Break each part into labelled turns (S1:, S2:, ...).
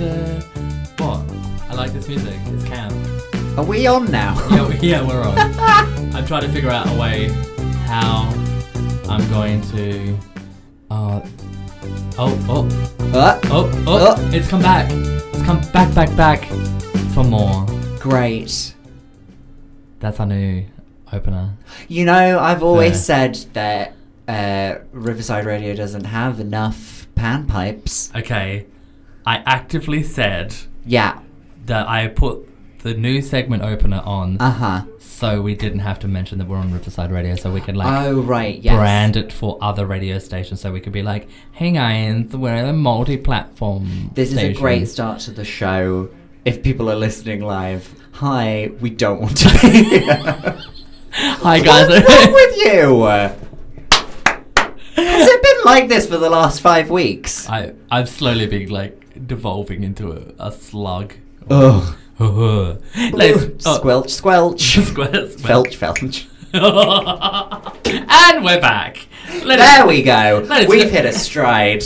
S1: What? I like this music. It's Cam.
S2: Are we on now?
S1: Yeah, we- yeah, we're on. I'm trying to figure out a way how I'm going to. Uh, oh, oh,
S2: Uh,
S1: oh, oh,
S2: Oh.
S1: It's come back. It's come back, back, back for more.
S2: great.
S1: That's our new opener.
S2: You know, I've always
S1: Fair.
S2: said that uh, Riverside Radio doesn't have enough panpipes.
S1: Okay. I actively said
S2: Yeah.
S1: that I put the new segment opener on
S2: Uh huh.
S1: so we didn't have to mention that we're on Riverside Radio, so we could like
S2: oh right. Yes.
S1: brand it for other radio stations, so we could be like, "Hey guys, we're a multi-platform."
S2: This
S1: station.
S2: is a great start to the show. If people are listening live, hi. We don't want to be here.
S1: Hi guys.
S2: What's wrong with you? Has it been like this for the last five weeks?
S1: I I'm slowly being like devolving into a, a slug.
S2: Ugh.
S1: Let's oh,
S2: squelch, squelch.
S1: squelch,
S2: Felch, felch.
S1: and we're back. Let us-
S2: There we go.
S1: Let us-
S2: We've hit a stride.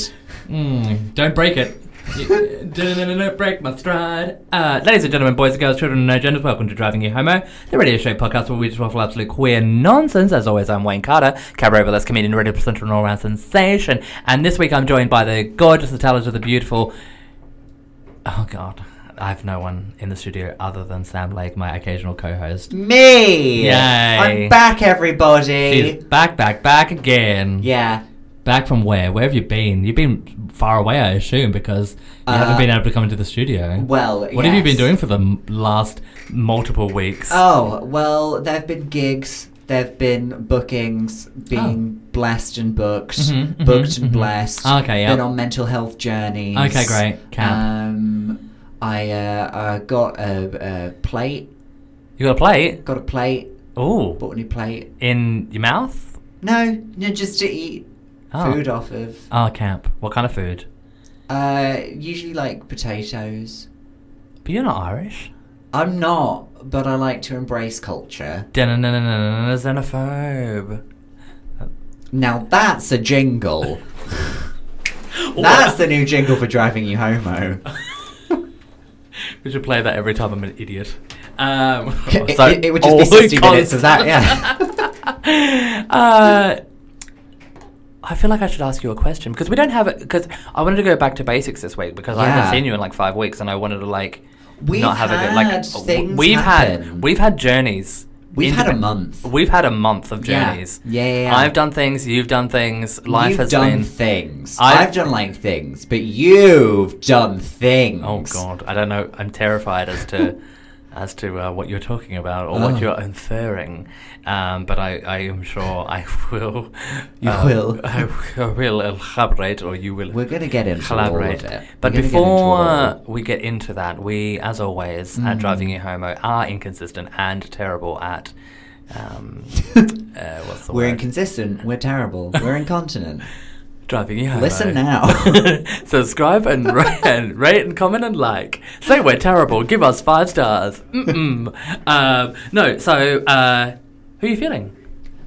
S1: Mm, don't break it. Don't break my stride. Uh, ladies and gentlemen, boys and girls, children and no genders, welcome to Driving You Homo, the radio show podcast where we just waffle absolute queer nonsense. As always, I'm Wayne Carter, cabaret burlesque comedian, radio presenter, and all-round sensation. And this week, I'm joined by the gorgeous, the talented, the beautiful. Oh God, I have no one in the studio other than Sam Blake, my occasional co-host.
S2: Me.
S1: Yay.
S2: I'm back, everybody.
S1: She's back, back, back again.
S2: Yeah.
S1: Back from where? Where have you been? You've been far away, I assume, because you haven't
S2: Uh,
S1: been able to come into the studio.
S2: Well.
S1: what have you been
S2: yes.
S1: doing for the m- last multiple weeks?
S2: Oh well, there've been gigs. There've been bookings,
S1: Oh.
S2: being blessed and booked,
S1: Mhm, mhm,
S2: booked and
S1: mhm.
S2: blessed.
S1: Okay, yeah.
S2: Been on mental health journeys.
S1: Okay, great. Cap.
S2: Um, I uh, uh, got a, a plate.
S1: you got a plate?
S2: Got a plate.
S1: Oh,
S2: Bought a new plate.
S1: in your mouth?
S2: No, no, just to eat
S1: Oh.
S2: food off of.
S1: Oh, camp. What kind of food?
S2: Uh, usually like potatoes.
S1: But you're not Irish.
S2: I'm not, but I like to embrace culture.
S1: Da-na-na-na-na-na, Xenophobe.
S2: Now that's a jingle.
S1: Oh,
S2: that's the new jingle for driving you homo.
S1: We should play that every time I'm an idiot. Um,
S2: It- it- it would just be 60 minutes of that,
S1: yeah. uh, I feel like I should ask you a question because we don't have it. Because I wanted to go back to basics this week because I
S2: Yeah.
S1: haven't seen you in like five weeks, and I wanted to like
S2: We've
S1: not have a good
S2: had
S1: like
S2: things
S1: we've
S2: happen.
S1: had we've had journeys.
S2: We've had a
S1: Independ-
S2: month.
S1: We've had a month of
S2: Yeah.
S1: journeys.
S2: Yeah, yeah, yeah.
S1: I've done things. You've done things. Life
S2: you've
S1: has
S2: done
S1: been.
S2: things. I've,
S1: I've-
S2: done like things, but you've done things.
S1: Oh God, I don't know. I'm terrified as to as to uh, what you're talking about or
S2: Oh.
S1: what you're inferring. Um, but I, I am sure I will.
S2: You
S1: uh,
S2: will.
S1: I will- I will elaborate, or you will.
S2: We're gonna get into all of
S1: collaborate.
S2: it.
S1: But
S2: We're gonna get into
S1: before
S2: all of it. Mm.
S1: we get into that, we, as always, at driving you homo, are inconsistent and terrible at. Um, uh, what's the
S2: We're
S1: word?
S2: inconsistent. We're terrible. We're incontinent.
S1: Driving you home.
S2: Listen
S1: eh?
S2: now.
S1: Subscribe and, ra- and rate and comment and like. Say we're terrible. Give us five stars. Mm-mm. Um, no, so uh, who are you feeling?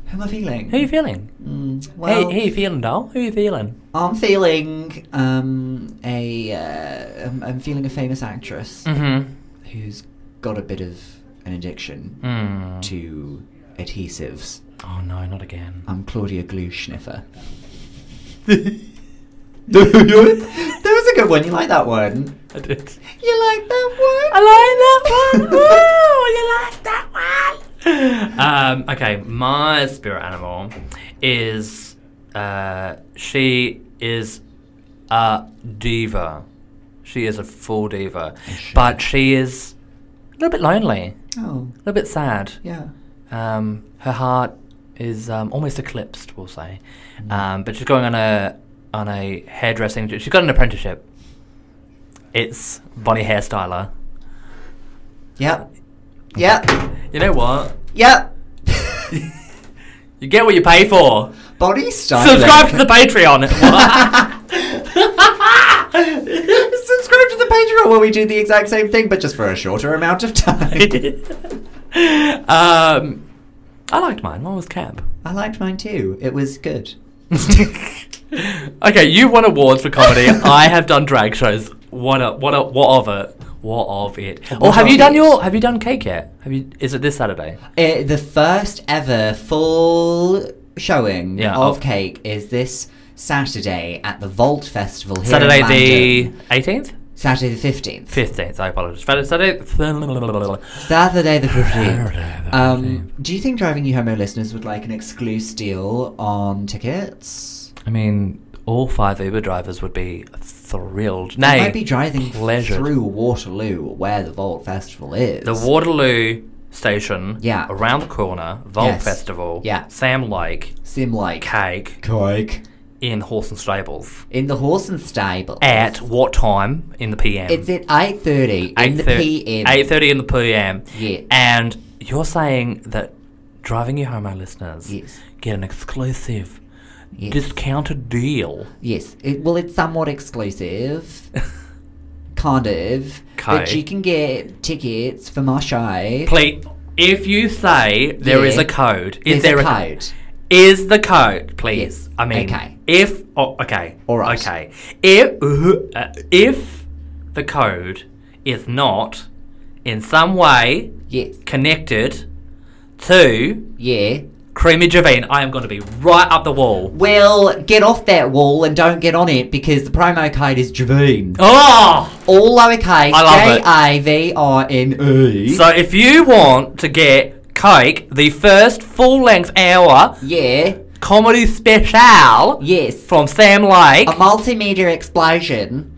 S2: How am I feeling?
S1: Who are you feeling?
S2: Mm,
S1: Hey,
S2: well,
S1: who are you feeling, doll? Who are you feeling?
S2: I'm feeling um a uh, I'm, I'm feeling a famous actress
S1: Mm-hmm.
S2: who's got a bit of an addiction
S1: Mm.
S2: to adhesives.
S1: Oh no, not again.
S2: I'm Claudia Glue Schniffer. that was a good one. You like that one?
S1: I did.
S2: You like that one?
S1: I like that one. Ooh, you like that one. Um, okay, my spirit animal is uh, she is a diva. She is a full diva,
S2: she?
S1: but she is a little bit lonely,
S2: Oh,
S1: a little bit sad.
S2: yeah.
S1: Um, her heart is um, almost eclipsed, we'll say.
S2: Mm.
S1: Um, but she's going on a on a hairdressing. She's got an apprenticeship. It's Bonnie hairstyler.
S2: Yep. Yep.
S1: You know what?
S2: Yep.
S1: You get what you pay for.
S2: Body style.
S1: Subscribe to the Patreon.
S2: Subscribe to the Patreon where we do the exact same thing, but just for a shorter amount of time.
S1: um, I liked mine. Mine was cab.
S2: I liked mine too. It was good.
S1: okay, you've won awards for comedy. I have done drag shows. What a, what a, what of it? What of it? Or
S2: What
S1: have you
S2: of
S1: done
S2: it?
S1: your have you done cake yet? Have you is it this Saturday?
S2: Uh, the first ever full showing
S1: Yeah,
S2: of
S1: of-
S2: Cake is this Saturday at the Vault Festival here
S1: Saturday
S2: in
S1: the
S2: London.
S1: eighteenth?
S2: Saturday the 15th.
S1: Fifteenth, I apologize. Friday- Saturday
S2: Saturday the 15th.
S1: Saturday the
S2: Um,
S1: 15th.
S2: do you think Driving You Homo listeners would like an exclusive deal on tickets?
S1: I mean, all five Uber drivers would be thrilled.
S2: They
S1: Nay,
S2: might be driving
S1: pleasured.
S2: through Waterloo, where the Vault Festival is.
S1: The Waterloo station,
S2: Yeah.
S1: around the corner, Vault
S2: Yes.
S1: Festival,
S2: Yeah.
S1: Sam Lake,
S2: Seem like
S1: Cake,
S2: Cake.
S1: in Horse and Stables.
S2: In the horse and stable.
S1: At what time in the PM?
S2: It's at 8.30 in the
S1: 8:30
S2: PM.
S1: 8.30 in the PM.
S2: Yeah.
S1: And you're saying that driving you home, our listeners,
S2: Yes.
S1: get an exclusive
S2: Yes.
S1: discounted deal.
S2: Yes. It, well, it's somewhat exclusive. kind of. But
S1: Okay.
S2: you can get tickets for my show.
S1: Please, if you say there is
S2: Yeah.
S1: a code, is
S2: There's
S1: there
S2: a code?
S1: Is the code, please?
S2: Yes.
S1: I mean,
S2: Okay.
S1: if oh, okay,
S2: All right.
S1: okay, if uh, if the code is not in some way
S2: Yes.
S1: connected to
S2: Yeah.
S1: Creamy Javine, I am going to be right up the wall.
S2: Well, get off that wall and don't get on it because the promo code is Javine.
S1: Oh!
S2: All lowercase.
S1: I love it.
S2: J-A-V-I-N-E.
S1: So if you want to get Coke, the first full-length hour
S2: yeah.
S1: comedy special
S2: Yes.
S1: from Sam Lake,
S2: A multimedia explosion.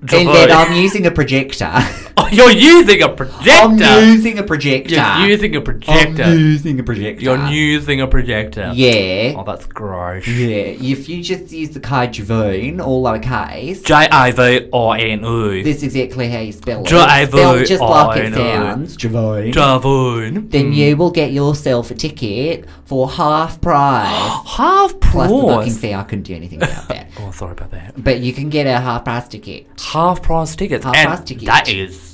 S2: In
S1: Javine-
S2: that I'm using a projector.
S1: Oh, you're using a projector.
S2: I'm using a projector.
S1: You're using a projector.
S2: I'm using a projector.
S1: You're using a projector. Oh,
S2: Yeah.
S1: that's gross.
S2: Yeah. If you just use the code Javine, all lowercase.
S1: J I V O N U.
S2: That's exactly how you spell it.
S1: Drive
S2: Spell just like
S1: on.
S2: it sounds. Javine.
S1: Javon.
S2: then you will get yourself a ticket for half price.
S1: Half
S2: Plus the booking
S1: price.
S2: fee, I couldn't do anything about that.
S1: Oh, sorry about that.
S2: But you can get a half price ticket.
S1: Half price tickets.
S2: Half
S1: and
S2: price tickets.
S1: That is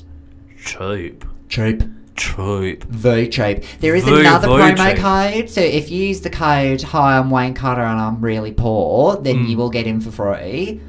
S1: cheap.
S2: Cheap.
S1: Cheap.
S2: Very cheap. There is
S1: Very,
S2: another
S1: very
S2: promo
S1: cheap.
S2: code, so if you use the code Hi, I'm Wayne Carter and I'm really poor, then
S1: Hmm.
S2: you will get in for free.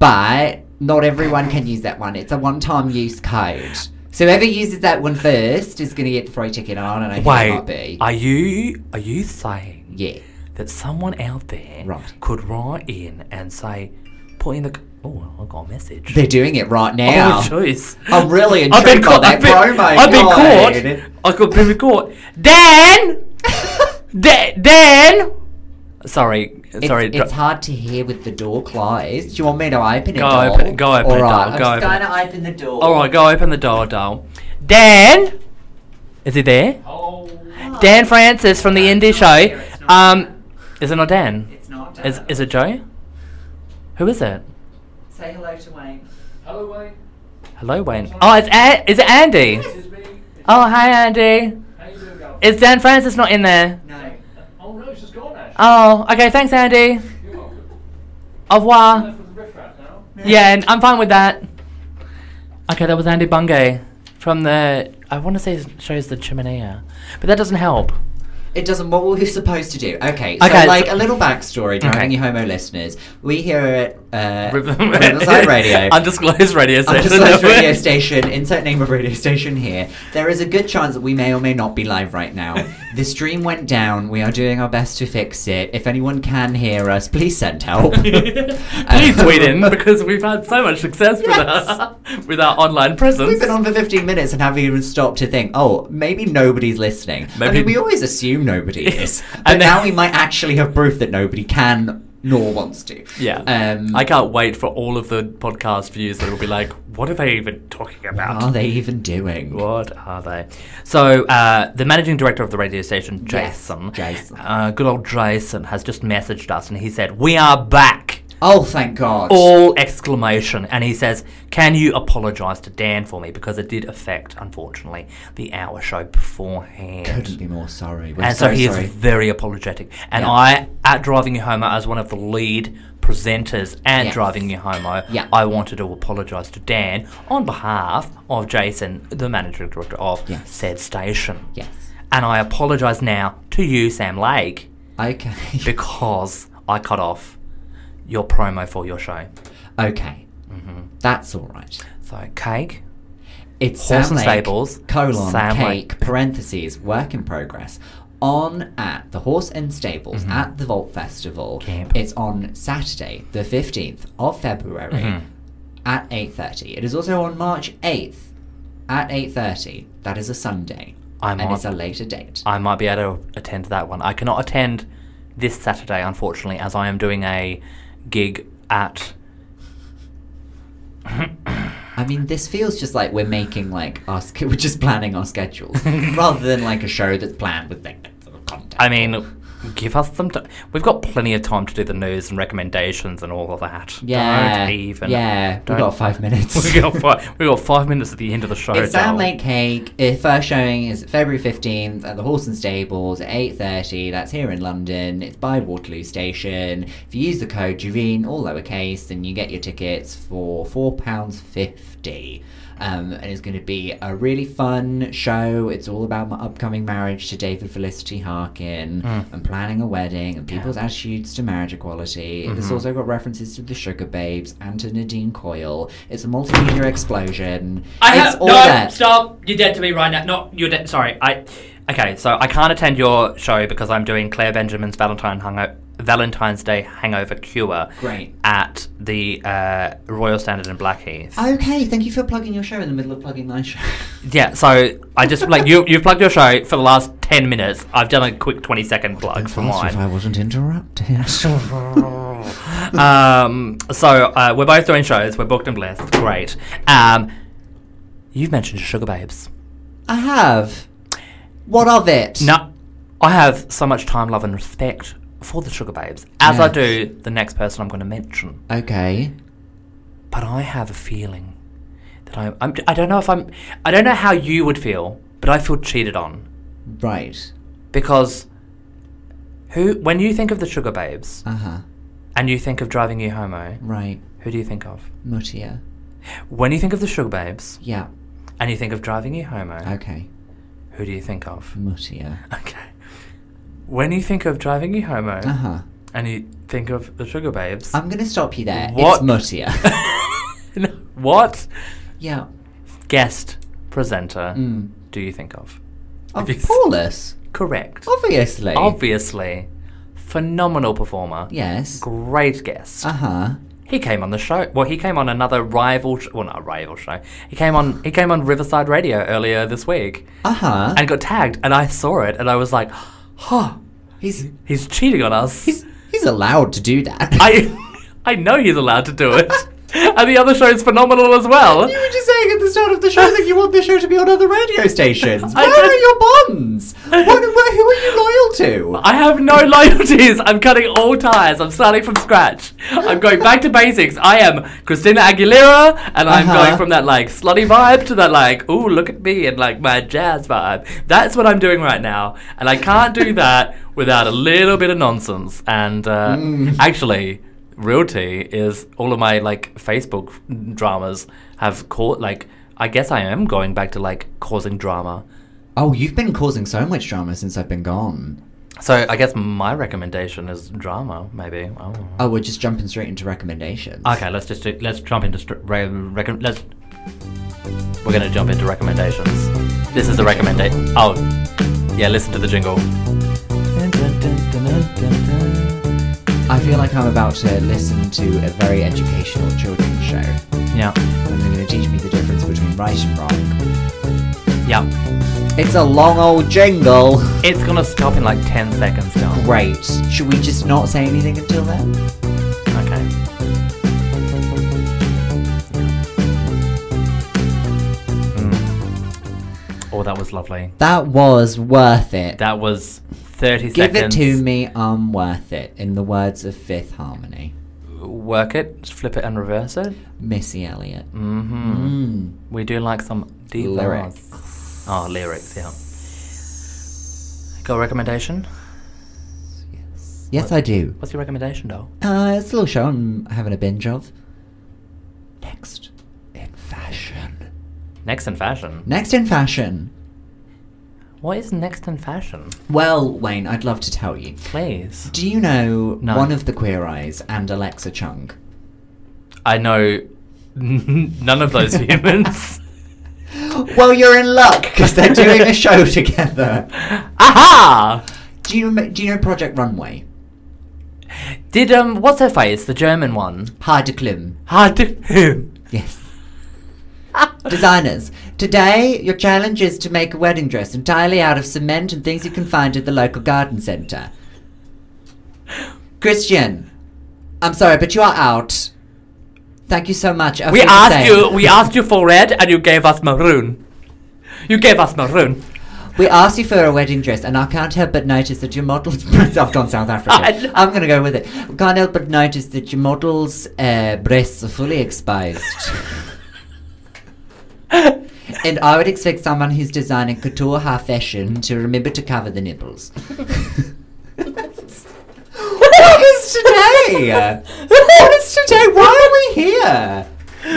S2: But not everyone can use that one. It's a one time use code. So whoever uses that one first is going to get the free ticket. I don't know who that might
S1: Wait,
S2: be.
S1: are you are you saying
S2: yeah.
S1: that someone out there
S2: Right.
S1: could write in and say, put in the c- oh, I got a message.
S2: They're doing it right
S1: Oh,
S2: now.
S1: jeez.
S2: I'm really
S1: I've
S2: intrigued
S1: been caught.
S2: by that
S1: I've been,
S2: promo.
S1: I've been
S2: code.
S1: caught. I could been caught. Dan, Da- Dan. Sorry,
S2: It's,
S1: sorry.
S2: it's hard to hear with the door closed. Do you want me to open it?
S1: Go
S2: doll?
S1: open it- go open it,
S2: All right,
S1: doll, go
S2: I'm just
S1: open
S2: going to open the door.
S1: All right, go open the door, doll. Dan, is he there?
S3: Oh,
S1: Dan Francis from the Indie
S3: it's not
S1: Show.
S3: here, it's not
S1: Um, is it not Dan?
S2: It's not.
S1: Is is it Joe? Who is it?
S2: Say hello to Wayne.
S3: hello, Wayne.
S1: Hello, Wayne. Oh, it's An- is it Andy?
S3: This is me.
S1: Oh, hi, Andy.
S3: How you doing, girl?
S1: Is Dan Francis not in there?
S2: No.
S3: oh no, she's gone now.
S1: Oh, okay. Thanks, Andy.
S3: You're welcome.
S1: Au revoir.
S3: Left with the riffraff now.
S1: Yeah, and I'm fine with that. Okay, that was Andy Bungay from the. I want to say his shows the Chimenea, but that doesn't help.
S2: It doesn't. What were we supposed to do? Okay. So,
S1: Okay,
S2: like
S1: so-
S2: a little backstory, driving
S1: Okay.
S2: you homo listeners. We here at uh, Riverside Radio.
S1: Undisclosed radio
S2: I'm
S1: station.
S2: just like radio station, insert name of radio station here. There is a good chance that we may or may not be live right now. the stream went down. We are doing our best to fix it. If anyone can hear us, please send help.
S1: Please tweet in because we've had so much success with our with our online presence.
S2: We've been on for 15 minutes and haven't even stopped to think, oh, maybe nobody's listening. I
S1: Maybe-
S2: mean, we always assume nobody is.
S1: And
S2: But
S1: then-
S2: now we might actually have proof that nobody can nor wants to.
S1: yeah,
S2: Um,
S1: I can't wait for all of the podcast views that will be like, "What are they even talking about?"
S2: what are they even doing?
S1: What are they? So, uh, the managing director of the radio station,
S2: Yes,
S1: Jason,
S2: Jason.
S1: Uh, good old Jason, has just messaged us and he said, We are back!
S2: Oh, thank God.
S1: All exclamation. And he says, Can you apologise to Dan for me? Because it did affect, unfortunately, the hour show beforehand.
S2: Couldn't be more sorry. We're
S1: and so,
S2: so,
S1: he
S2: sorry.
S1: is very apologetic. And
S2: Yeah.
S1: I, at Driving You Homo, as one of the lead presenters at
S2: Yes.
S1: Driving You Homo,
S2: Yeah.
S1: I wanted to apologise to Dan on behalf of Jason, the managing director of
S2: Yes.
S1: said station.
S2: Yes.
S1: And I apologise now to you, Sam Lake,
S2: Okay.
S1: because I cut off your promo for your show.
S2: okay.
S1: hmm
S2: That's all right.
S1: So cake,
S2: It's
S1: Horse
S2: Sam
S1: and
S2: Lake,
S1: Stables,
S2: colon
S1: Sam Lake.
S2: cake parentheses work in progress on at the Horse and Stables
S1: Mhm.
S2: at the Vault Festival.
S1: Camp.
S2: It's on Saturday, the fifteenth of February
S1: Mhm.
S2: at eight thirty. It is also on March eighth at eight thirty. That is a Sunday,
S1: I
S2: and
S1: might-
S2: it's a later date.
S1: I might be able to attend that one. I cannot attend this Saturday, unfortunately, as I am doing a gig at.
S2: I mean, this feels just like we're making like our sch- we're just planning our schedules rather than like a show that's planned with like sort of content.
S1: I mean, give us some. T- We've got plenty of time to do the news and recommendations and all of that.
S2: yeah,
S1: Don't even.
S2: yeah, we
S1: don't-
S2: got five minutes.
S1: we got five. We got five minutes at the end of the show.
S2: It's Sam
S1: darling.
S2: Lake Cake. Its first showing is February fifteenth at the Horse and Stables at eight thirty. That's here in London. It's by Waterloo Station. If you use the code Javine, all lowercase, then you get your tickets for four pounds fifty. Um, and it's going to be a really fun show. It's all about my upcoming marriage to David Felicity Harkin
S1: Mm.
S2: and planning a wedding and
S1: Yeah.
S2: people's attitudes to marriage equality. It's
S1: Mhm.
S2: also got references to the Sugar Babes and to Nadine Coyle. It's a multimedia explosion.
S1: I
S2: It's
S1: have
S2: all
S1: no.
S2: there.
S1: Stop! You're dead to me right now. No, you're dead. Sorry. I. Okay, so I can't attend your show because I'm doing Claire Benjamin's Valentine hango- Valentine's Day Hangover Cure
S2: Great.
S1: at the uh, Royal Standard in Blackheath.
S2: Okay, thank you for plugging your show in the middle of plugging my show.
S1: yeah, so I just like you. You've plugged your show for the last ten minutes. I've done a quick twenty second plug for mine.
S2: wasn't interrupted.
S1: um, so uh, we're both doing shows. We're booked and blessed. Great. Um, you've mentioned Sugar Babes.
S2: I have. What of it?
S1: No, I have so much time, love, and respect for the Sugar Babes, as I
S2: Yes.
S1: do the next person I'm going to mention.
S2: Okay.
S1: But I have a feeling that I'm, I'm. I don't know if I'm. I don't know how you would feel, but I feel cheated on
S2: Right.
S1: because who? When you think of the Sugar Babes
S2: Uh huh.
S1: and you think of driving you homo,
S2: Right.
S1: who do you think of?
S2: Mutia.
S1: When you think of the Sugar Babes
S2: Yeah.
S1: and you think of driving you homo,
S2: Okay.
S1: who do you think of?
S2: Mutia.
S1: Okay. When you think of driving you homo
S2: Uh huh.
S1: and you think of the Sugar Babes,
S2: I'm gonna stop you there.
S1: What?
S2: It's Mutia.
S1: No, what
S2: yeah.
S1: guest presenter
S2: Mm.
S1: do you think of?
S2: Of
S1: If you-
S2: Paulus.
S1: Correct.
S2: Obviously.
S1: Obviously. Phenomenal performer.
S2: Yes.
S1: Great guest.
S2: Uh huh.
S1: he came on the show. Well, he came on another rival. Sh- well, not a rival show. He came on. He came on Riverside Radio earlier this week
S2: Uh huh.
S1: and got tagged. And I saw it, and I was like, "Huh,
S2: He's
S1: he's cheating on us."
S2: he's he's allowed to do that.
S1: I, I know he's allowed to do it. and the other show's phenomenal as well.
S2: You were just saying at the start of the show that you want the show to be on other radio stations.
S1: I
S2: Where
S1: don't-
S2: are your bonds? What, where, who are you loyal to?
S1: I have no loyalties. I'm cutting all ties. I'm starting from scratch. I'm going back to basics. I am Christina Aguilera, and I'm
S2: Uh-huh.
S1: going from that like slutty vibe to that like, ooh, look at me and like my jazz vibe. That's what I'm doing right now, and I can't do that without a little bit of nonsense. And uh,
S2: Mm.
S1: actually, real tea is all of my like Facebook dramas have caught like. I guess I am going back to like causing drama.
S2: Oh, you've been causing so much drama since I've been gone.
S1: So I guess my recommendation is drama, maybe. I don't know.
S2: Oh, we're just jumping straight into recommendations.
S1: Okay, let's just do, let's jump into str- re- recom- let's we're gonna jump into recommendations. This is the recommendation. Oh, yeah, listen to the jingle.
S2: I feel like I'm about to listen to a very educational children's show. And
S1: Yeah,
S2: they're going to teach me the difference between right and wrong.
S1: yeah.
S2: It's a long old jingle.
S1: It's gonna stop in like ten seconds, John.
S2: Great. Should we just not say anything until then?
S1: Okay. Mm. Oh, that was lovely.
S2: That was worth it.
S1: That was thirty
S2: Give it
S1: seconds.
S2: to me, I'm worth it. In the words of Fifth Harmony,
S1: Work it, flip it, and reverse it.
S2: Missy Elliott.
S1: Mm-hmm.
S2: Mm.
S1: We do like some deep
S2: Lyrics.
S1: Oh, lyrics, yeah. Got a recommendation?
S2: Yes. Yes, I do.
S1: What's your recommendation, doll?
S2: Uh, it's a little show I'm having a binge of. Next in fashion.
S1: Next in fashion.
S2: Next in fashion.
S1: What is next in fashion?
S2: Well, Wayne, I'd love to tell you.
S1: Please.
S2: Do you know
S1: No.
S2: one of the Queer Eyes and Alexa Chung?
S1: I know none of those humans.
S2: Well, you're in luck because they're doing a show together.
S1: Aha!
S2: Do you rem- do you know Project Runway?
S1: Did um, what's her face? The German one. Ah,
S2: Hard to climb.
S1: Hard to.
S2: Yes. Designers, today your challenge is to make a wedding dress entirely out of cement and things you can find at the local garden centre. Christian, I'm sorry, but you are out. Thank you so much. I've
S1: We
S2: been
S1: asked
S2: saying-
S1: you. We asked you for red, and you gave us maroon. You gave us maroon.
S2: We asked you for a wedding dress, and I can't help but notice that your model's. I've gone South Africa.
S1: I-
S2: I'm going to go with it. Can't help but notice that your model's uh, breasts are fully exposed. and I would expect someone who's designing couture high fashion to remember to cover the nipples. what is today? What is today? Why are we here?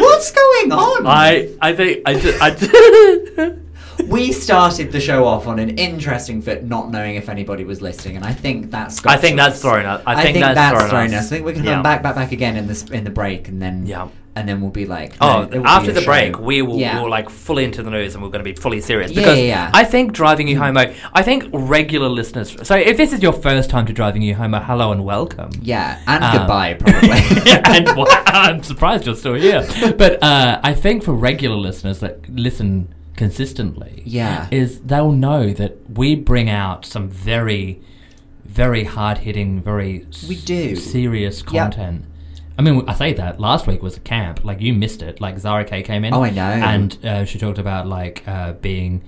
S2: What's going on?
S1: I I think I just I ju-
S2: We started the show off on an interesting foot, not knowing if anybody was listening, and I think that's.
S1: I think
S2: got
S1: that's thrown us. I
S2: I
S1: think, that's, thrown, us.
S2: I think we can
S1: Yeah.
S2: come back, back, back again in this in the break, and then
S1: Yeah.
S2: and then we'll be like, no,
S1: Oh,
S2: it will be
S1: after
S2: a
S1: the
S2: show.
S1: break, we will
S2: Yeah.
S1: we'll like fully into the news and we're going to be fully serious
S2: Yeah,
S1: because
S2: yeah, yeah.
S1: I think driving you homo. I think regular listeners. So if this is your first time to driving you homo, hello and welcome.
S2: yeah, and
S1: Um,
S2: goodbye probably.
S1: and wow, I'm surprised you're still here. But uh, I think for regular listeners that listen consistently,
S2: Yeah.
S1: is they'll know that we bring out some very, very hard hitting, very s-
S2: We do.
S1: serious
S2: Yep.
S1: content. I mean, I say that last week was a camp. Like you missed it. Like Zara K came in.
S2: Oh, I know.
S1: And uh, she talked about like uh, being.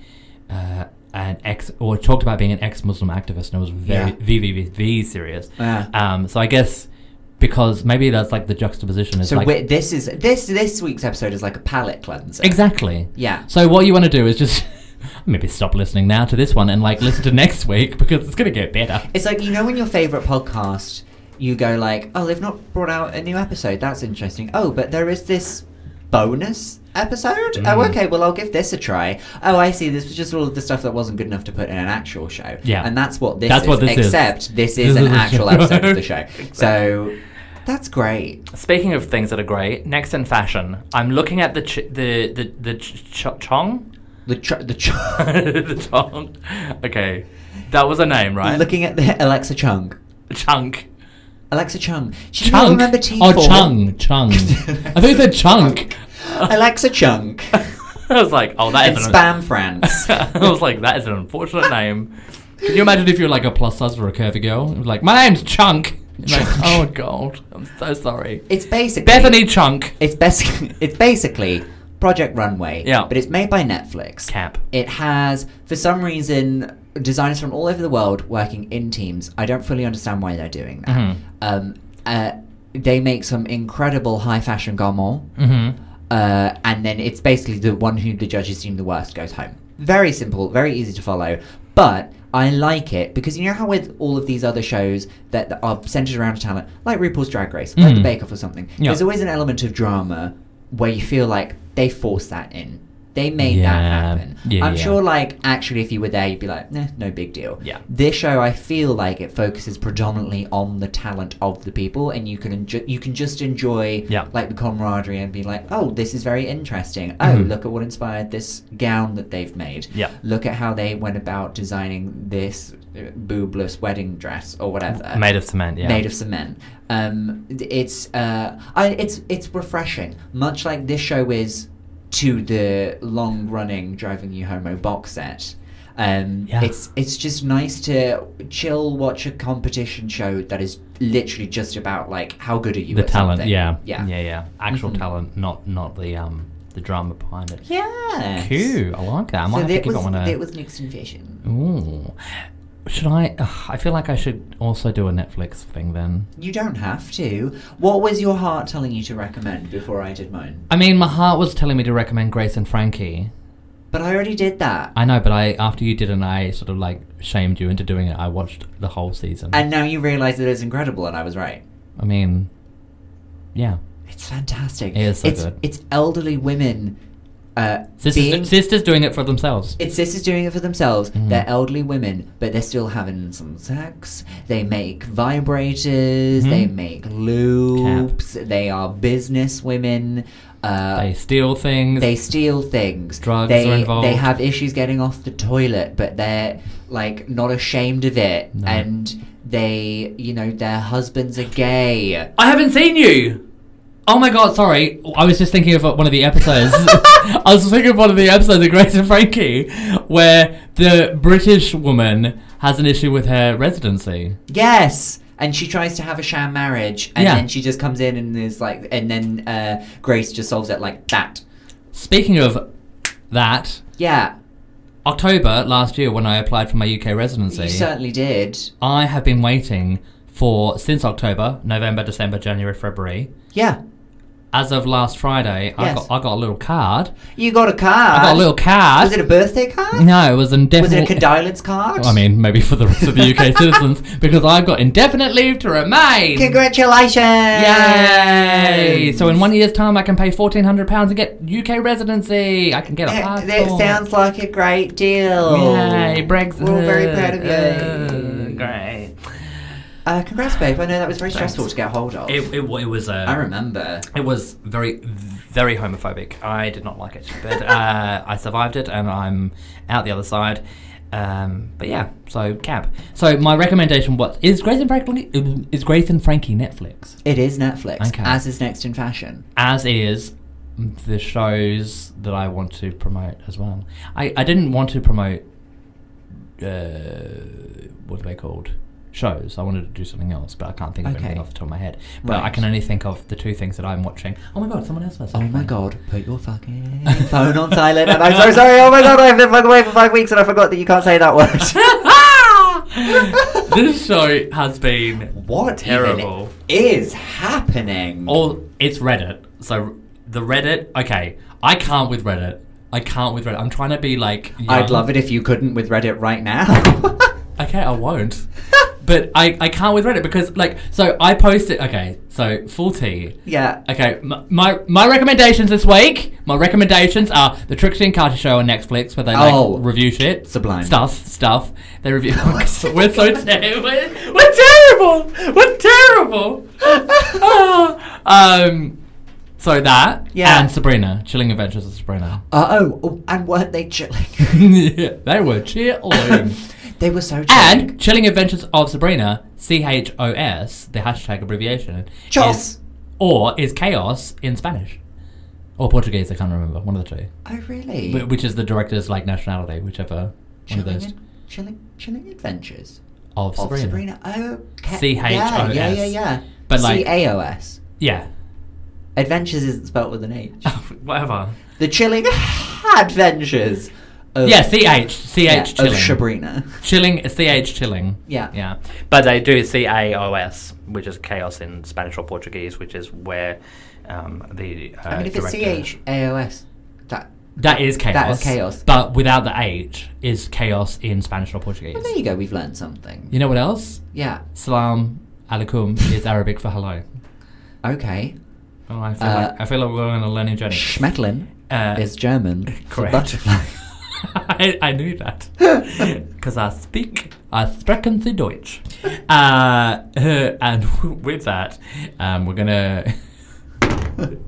S1: Uh, an ex, or talked about being an ex-Muslim activist, and it was very
S2: Yeah.
S1: v v v v serious.
S2: Yeah.
S1: Um, so I guess because maybe that's like the juxtaposition is
S2: so
S1: like
S2: we this is this this week's episode is like a palate cleanser.
S1: exactly.
S2: Yeah.
S1: So what you want to do is just maybe stop listening now to this one and like listen to next week because it's gonna get better.
S2: It's like you know when your favorite podcast, you go like, "Oh, they've not brought out a new episode. That's interesting. Oh, but there is this bonus episode. Oh,
S1: Mm.
S2: okay. Well, I'll give this a try. Oh, I see. This was just all of the stuff that wasn't good enough to put in an actual show.
S1: Yeah.
S2: and that's what this.
S1: That's
S2: is,
S1: what this is.
S2: Except this
S1: This
S2: is an
S1: is a show.
S2: actual episode of the show. So that's great.
S1: Speaking of things that are great, next in fashion, I'm looking at the ch- the the the ch- ch- chong,
S2: The tr- the tr-
S1: the chong. Okay, that was a name, right?
S2: looking at the Alexa Chung.
S1: chunk.
S2: Alexa Chung. She you
S1: Chunk.
S2: remember T4.
S1: oh, chung, chung. I thought you said chunk.
S2: Alexa Chung.
S1: I was like, oh, that
S2: and
S1: is an-
S2: Spam France.
S1: I was like, that is an unfortunate name. Can you imagine if you're like a plus size or a curvy girl? It was like, my name's Chunk. You're like,
S2: Chunk.
S1: oh god, I'm so sorry.
S2: It's basically
S1: Bethany Chunk.
S2: It's basic. It's basically Project Runway.
S1: Yeah.
S2: But it's made by Netflix.
S1: Cap.
S2: It has, for some reason, designers from all over the world working in teams. I don't fully understand why they're doing that.
S1: Mhm.
S2: Um, uh, they make some incredible high fashion garment,
S1: Mm-hmm.
S2: uh, and then it's basically the one who the judges deem the worst goes home. Very simple, very easy to follow, but. I like it because you know how with all of these other shows that, that are centered around talent, like RuPaul's Drag Race, like
S1: Mhm.
S2: The Bake Off or something,
S1: Yeah.
S2: there's always an element of drama where you feel like they forced that in. They made that
S1: Yeah.
S2: happen.
S1: Yeah,
S2: I'm
S1: yeah.
S2: sure, like, actually, if you were there, you'd be like, nah, no big deal.
S1: Yeah.
S2: This show, I feel like it focuses predominantly on the talent of the people, and you can enjoy, you can just enjoy,
S1: Yeah.
S2: like, the camaraderie and be like, oh, this is very interesting. Oh,
S1: Mhm.
S2: look at what inspired this gown that they've made.
S1: Yeah.
S2: Look at how they went about designing this uh, boobless wedding dress or whatever
S1: Made of cement, yeah.
S2: made of cement. Um, d- it's uh, I, it's it's refreshing, much like this show is to the long-running "Driving You Homo" box set. Um,
S1: Yeah.
S2: It's it's just nice to chill, watch a competition show that is literally just about like how good are you
S1: the
S2: at
S1: talent,
S2: something.
S1: yeah.
S2: yeah,
S1: Yeah, yeah. Actual
S2: Mhm.
S1: talent, not not the um the drama behind it.
S2: Yes.
S1: Cool. I like that. I might
S2: so
S1: have to
S2: that
S1: give
S2: was,
S1: it one a
S2: that was Nixon Vision.
S1: Ooh. Should I ugh, I feel like I should also do a Netflix thing then.
S2: You don't have to. What was your heart telling you to recommend before I did mine?
S1: I mean my heart was telling me to recommend Grace and Frankie.
S2: But I already did that.
S1: I know, but I after you did it, and I sort of like shamed you into doing it. I watched the whole season.
S2: And now you realise that it's incredible, and I was right.
S1: I mean, yeah,
S2: It's fantastic.
S1: It is so
S2: it's,
S1: good.
S2: It's elderly women uh, uh,
S1: Sisters,
S2: being-
S1: sisters doing it for themselves.
S2: it's sisters doing it for themselves.
S1: Mhm.
S2: They're elderly women, but they're still having some sex. They make vibrators. They
S1: Mhm.
S2: make loops. They are business women. Uh,
S1: they steal things.
S2: they steal things.
S1: Drugs
S2: they,
S1: are involved.
S2: They have issues getting off the toilet, but they're like not ashamed of it.
S1: No.
S2: And they, you know, their husbands are gay.
S1: I haven't seen you. Oh my god, sorry. I was just thinking of one of the episodes. I was thinking of one of the episodes of Grace and Frankie where the British woman has an issue with her residency.
S2: Yes. And she tries to have a sham marriage, and
S1: Yeah.
S2: then she just comes in and is like, and then uh, Grace just solves it like that.
S1: Speaking of that,
S2: Yeah,
S1: October last year when I applied for my UK residency,
S2: you certainly did.
S1: I have been waiting for since October, November, December, January, February.
S2: Yeah,
S1: As of last Friday, I,
S2: Yes.
S1: got, I got a little card.
S2: you got a
S1: I
S2: card.
S1: got a little card.
S2: Was it a birthday card?
S1: no, it was indefinite.
S2: Was it a condolence card?
S1: I mean, maybe for the rest of the UK citizens, because I've got indefinite leave to remain.
S2: congratulations!
S1: Yay! So in one year's time, I can pay fourteen hundred pounds and get UK residency. I can get a
S2: That,
S1: passport.
S2: that sounds like a great deal.
S1: Yay! Brexit.
S2: We're all very proud of
S1: Uh,
S2: you.
S1: great.
S2: Uh, congrats, babe. I know that was very
S1: Thanks.
S2: stressful to get hold of.
S1: It, it, wa- it was. Uh,
S2: I remember.
S1: It was very, very homophobic. I did not like it, but uh, I survived it, and I'm out the other side. Um, but yeah, so cab. So my recommendation was is Grace and Frankie is Grace and Frankie Netflix
S2: It is Netflix,
S1: Okay.
S2: as is Next in Fashion.
S1: as is the shows that I want to promote as well. I, I didn't want to promote uh, what are they called shows. I wanted to do something else, but I can't think of
S2: Okay.
S1: anything off the top of my head. But I
S2: Right.
S1: can only think of the two things that I'm watching. Oh my god, someone else messaged
S2: Oh my
S1: me.
S2: god, put your fucking phone on silent. And I'm so sorry. Oh my god, I've been fucking away for five weeks and I forgot that you can't say that word.
S1: this show has been
S2: What
S1: Terrible.
S2: even is happening?
S1: all it's Reddit. So the Reddit, okay, I can't with Reddit. I can't with Reddit. I'm trying to be like.
S2: I'd
S1: young.
S2: love it if you couldn't with Reddit right now.
S1: Okay, I won't. but I, I can't with Reddit because like so I posted okay so full tea
S2: yeah.
S1: okay m- my my recommendations this week my recommendations are the Trixie and Carter show on Netflix where they like
S2: Oh.
S1: review shit
S2: Sublime. Oh,
S1: stuff stuff they review we're so terrible we're, we're terrible we're terrible Ah. um so that
S2: Yeah.
S1: and Sabrina Chilling Adventures of Sabrina
S2: Uh, oh, and weren't they chilling?
S1: yeah, they were chilling.
S2: they were so chilling.
S1: And Chilling Adventures of Sabrina, C H O S, the hashtag abbreviation.
S2: Chos.
S1: Is, or is chaos in Spanish. Or Portuguese, I can't remember. One of the two.
S2: oh really?
S1: Wh- Which is the director's like nationality, whichever one of
S2: chilling,
S1: those.
S2: ad- chilling, chilling adventures
S1: Of
S2: of
S1: Sabrina.
S2: Sabrina. Okay.
S1: C-H-O-S.
S2: Yeah, yeah, yeah, yeah.
S1: But, like-
S2: C A O S.
S1: Yeah.
S2: Adventures isn't spelled with an H.
S1: Oh. Whatever.
S2: the chilling adventures. Of,
S1: Yeah, C H. C
S2: yeah,
S1: H chilling.
S2: of Sabrina.
S1: Chilling, C H chilling.
S2: Yeah.
S1: Yeah. But they do C A O S, which is chaos in Spanish or Portuguese, which is where um, the. Uh,
S2: I mean, if it's C H A O S, that.
S1: That is chaos.
S2: That is chaos.
S1: But without the H is chaos in Spanish or Portuguese.
S2: Well, there you go. We've learned something.
S1: You know what else?
S2: Yeah.
S1: Salam alaikum is Arabic for hello.
S2: Okay.
S1: Oh, I feel,
S2: Uh,
S1: like, I feel like we're on a learning journey.
S2: Schmettlin
S1: Uh,
S2: is German. for
S1: correct.
S2: Butterfly.
S1: I, I knew that. Because I speak, I sprechen the Deutsch. Uh, and with that, um, we're going to.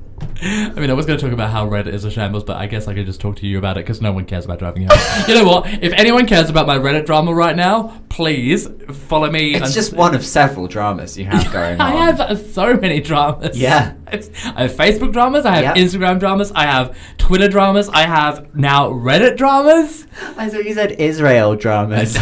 S1: I mean, I was going to talk about how Reddit is a shambles, but I guess I could just talk to you about it because no one cares about driving home. you know what? If anyone cares about my Reddit drama right now, please follow me.
S2: It's
S1: and-
S2: just one of several dramas you have going on.
S1: I have so many dramas.
S2: Yeah.
S1: It's- I have Facebook dramas, I have
S2: Yep.
S1: Instagram dramas, I have Twitter dramas, I have now Reddit dramas.
S2: I thought you said Israel dramas.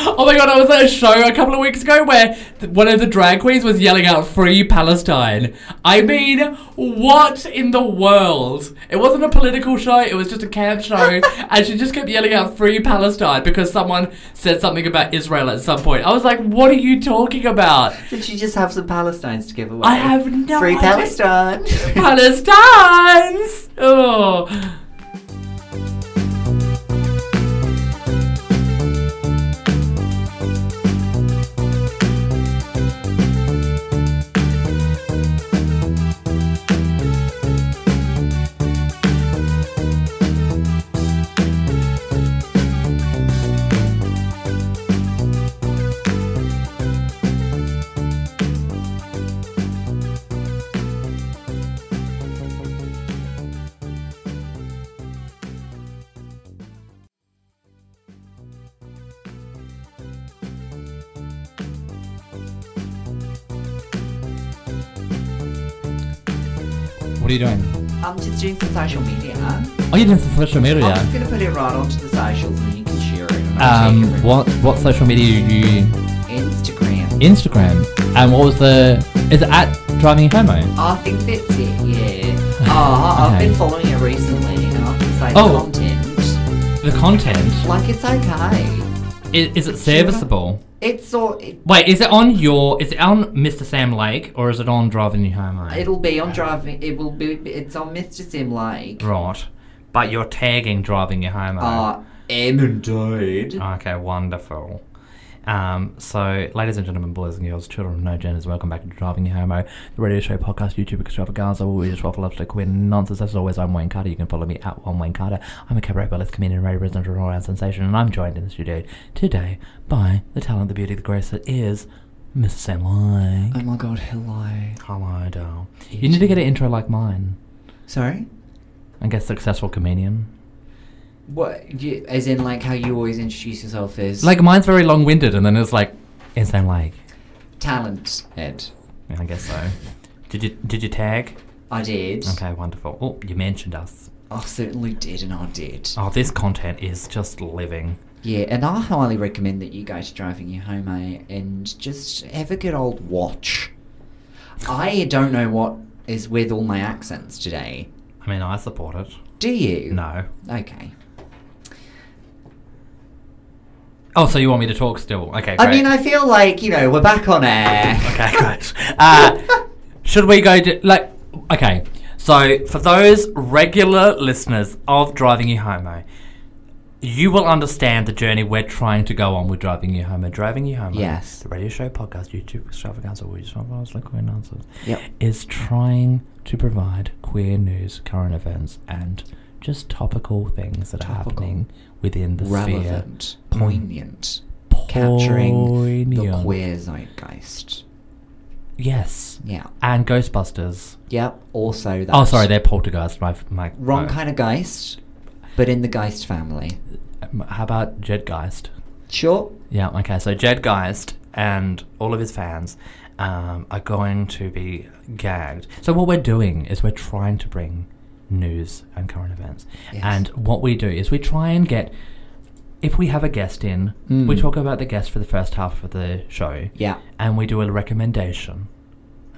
S1: Oh my god, I was at a show a couple of weeks ago where th- one of the drag queens was yelling out Free Palestine. I mean, what in the world? It wasn't a political show, it was just a camp show, and she just kept yelling out Free Palestine because someone said something about Israel at some point. I was like, what are you talking about?
S2: Did you just have some Palestines to give away?
S1: I have no
S2: Free
S1: idea.
S2: Palestine.
S1: Palestines! Oh. What are you doing?
S2: I'm just doing some social media.
S1: Oh, you're doing some social
S2: I'm just
S1: media.
S2: going to put it right onto the socials and you can share it. and I'll
S1: Um,
S2: share it.
S1: what what social media you
S2: Instagram.
S1: Instagram? And what was the? Is it at driving homo?
S2: I think that's it, yeah. Oh, I've
S1: Okay.
S2: been following it recently and I can say
S1: Oh.
S2: the content.
S1: The content
S2: Like, it's okay.
S1: is, is it serviceable?
S2: It's all, it,
S1: Wait, is it on your? Is it on Mr. Sam Lake or is it on driving you homo?
S2: it'll be on driving, it will be, it's on Mr. Sim Lake.
S1: Right, but you're tagging driving you homo.
S2: Uh, am indeed.
S1: Okay, wonderful. Um, so, ladies and gentlemen, boys and girls, children of no genders, welcome back to Driving You Homo, the radio show podcast, YouTube extravaganza, where we just waffle up to queer nonsense. As always, I'm Wayne Carter. You can follow me at one Wayne Carter. I'm a cabaret burlesque comedian, radio resident, and all-around sensation, and I'm joined in the studio today by the talent, the beauty, the grace that is Mrs. Sam Lake.
S2: Oh my god, hello.
S1: Hello, doll. You need to get an intro like mine.
S2: Sorry?
S1: I guess successful comedian.
S2: What? You, as in, like, how you always introduce yourself as.
S1: Like mine's very long-winded, and then it's like, it's Sam Lake.
S2: Talent, Ed.
S1: Yeah, I guess so. Did you did you tag?
S2: I did.
S1: Okay, wonderful. Oh, you mentioned us.
S2: I certainly did, and I did.
S1: Oh, this content is just living.
S2: Yeah, and I highly recommend that you go to Driving You Home, eh, and just have a good old watch. I don't know what is with all my accents today.
S1: I mean, I support it.
S2: Do you?
S1: No.
S2: Okay.
S1: Oh, so you want me to talk still? Okay. Great.
S2: I mean, I feel like, you know, we're back on air.
S1: Okay, great. Uh, should we go to like? Okay, so for those regular listeners of Driving You Homo, you will understand the journey we're trying to go on with Driving You Homo. Driving You Homo,
S2: Yes.
S1: the radio show, podcast, YouTube extravaganza, we just want to queer nonsense.
S2: Yep.
S1: is trying to provide queer news, current events, and just topical things that are
S2: Topical.
S1: happening within the
S2: Relevant,
S1: sphere.
S2: poignant,
S1: Mm.
S2: capturing the
S1: Poignant.
S2: queer zeitgeist.
S1: Yes.
S2: Yeah.
S1: And Ghostbusters.
S2: Yep. Also that.
S1: Oh, sorry, they're poltergeist. My, my
S2: wrong
S1: my-
S2: kind of geist, but in the geist family.
S1: Um, How about Jedgeist?
S2: Sure.
S1: Yeah, okay, so Jedgeist and all of his fans um, are going to be gagged. So, what we're doing is we're trying to bring news and current events.
S2: Yes.
S1: And what we do is we try and get, if we have a guest in, we
S2: Mm.
S1: talk about the guest for the first half of the show.
S2: Yeah.
S1: And we do a recommendation.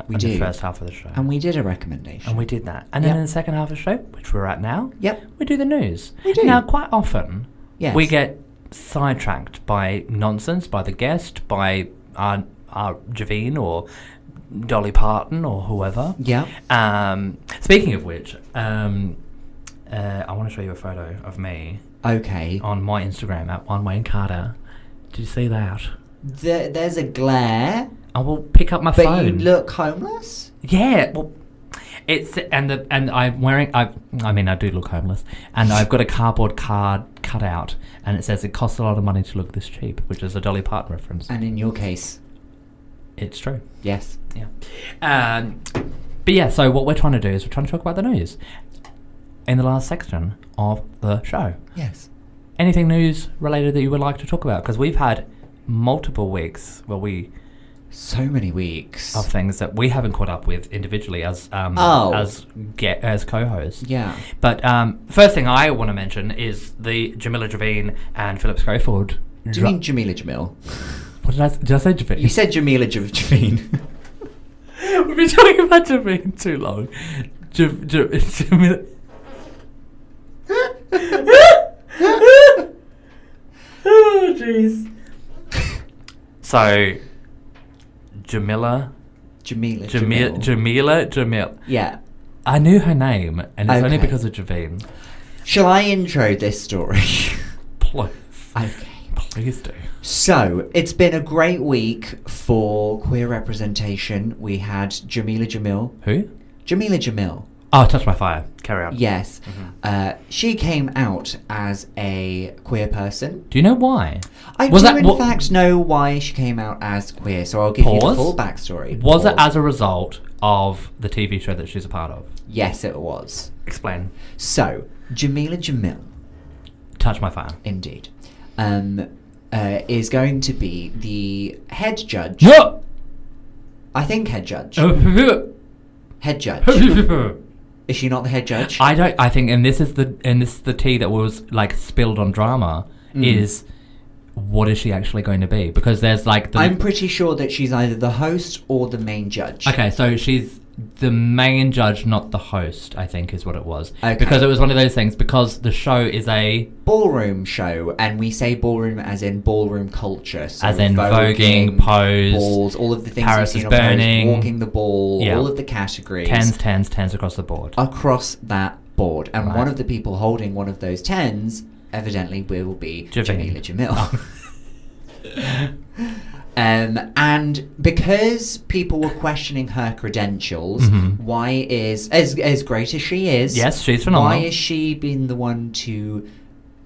S2: We
S1: in
S2: do.
S1: The first half of the show.
S2: And we did a recommendation.
S1: And we did that. And then
S2: Yep.
S1: in the second half of the show, which we're at now,
S2: Yep.
S1: we do the news.
S2: We do.
S1: Now, quite often,
S2: Yes.
S1: we get sidetracked by nonsense, by the guest, by our, our Javine or Dolly Parton or whoever.
S2: Yeah.
S1: Um, speaking of which, um, uh, I want to show you a photo of me
S2: Okay.
S1: on my Instagram at One Wayne Carter. Did you see that?
S2: There, there's a glare,
S1: I will pick up my
S2: but
S1: phone.
S2: you look homeless.
S1: Yeah, well, it's and the and I'm wearing I I mean I do look homeless, and I've got a cardboard card cut out, and it says it costs a lot of money to look this cheap, which is a Dolly Parton reference.
S2: And in your case,
S1: It's true.
S2: yes.
S1: Yeah. Um, but yeah, so what we're trying to do is we're trying to talk about the news in the last section of the show.
S2: Yes.
S1: Anything news related that you would like to talk about? Because we've had multiple weeks where we
S2: So many weeks.
S1: of things that we haven't caught up with individually as um
S2: Oh.
S1: as get as co-hosts.
S2: Yeah.
S1: But um, first thing I want to mention is the Jamila Javine and Philip Schofield.
S2: Do you
S1: dra-
S2: mean Jamila Jamil?
S1: What did I, did I say Javine?
S2: You said Jamila Jav- Javine.
S1: We've been talking about Javine too long. Jav- Jav- Jamila. oh, jeez. So, Jamila.
S2: Jamila
S1: Jamila.
S2: Jamil.
S1: Jamila. Jamil.
S2: yeah.
S1: I knew her name, and it's only
S2: Okay.
S1: because of Javine.
S2: Shall I intro this story?
S1: Please.
S2: okay.
S1: Please do.
S2: So, it's been a great week for queer representation. We had Jamila Jamil.
S1: Who?
S2: Jamila Jamil.
S1: Oh, touch my fire. Carry on.
S2: Yes.
S1: Mhm.
S2: Uh, she came out as a queer person.
S1: Do you know why?
S2: I
S1: Was
S2: do,
S1: that
S2: in
S1: what-
S2: fact, know why she came out as queer, so I'll give you the
S1: Pause.
S2: full backstory.
S1: Was it
S2: Pause.
S1: as a result of the TV show that she's a part of?
S2: Yes, it was.
S1: Explain.
S2: So, Jamila Jamil,
S1: Touch my fire.
S2: indeed, um, uh, is going to be the head judge.
S1: No. Oh,
S2: I think head judge. Head judge.
S1: Who
S2: Is she not the head judge?
S1: I don't. I think, and this is the and this is the tea that was like spilled on drama
S2: Mm.
S1: is what is she actually going to be? Because there's like the
S2: I'm pretty sure that she's either the host or the main judge.
S1: okay, so she's the main judge, not the host. I think is what it was
S2: Okay.
S1: because it was one of those things because the show is a
S2: Ballroom show, and we say ballroom as in ballroom culture. So
S1: As in voguing, pose,
S2: balls, all of the things.
S1: Paris is
S2: we've seen on Pose,
S1: Burning.
S2: walking the ball,
S1: Yeah.
S2: all of the categories.
S1: tens, tens, tens across the board.
S2: across that board, and
S1: Right.
S2: one of the people holding one of those tens evidently will be
S1: Javine.
S2: Jamila Jamil.
S1: Oh.
S2: um, and because people were questioning her credentials,
S1: Mhm.
S2: why is as as great as she is?
S1: Yes, she's phenomenal.
S2: Why is she being the one to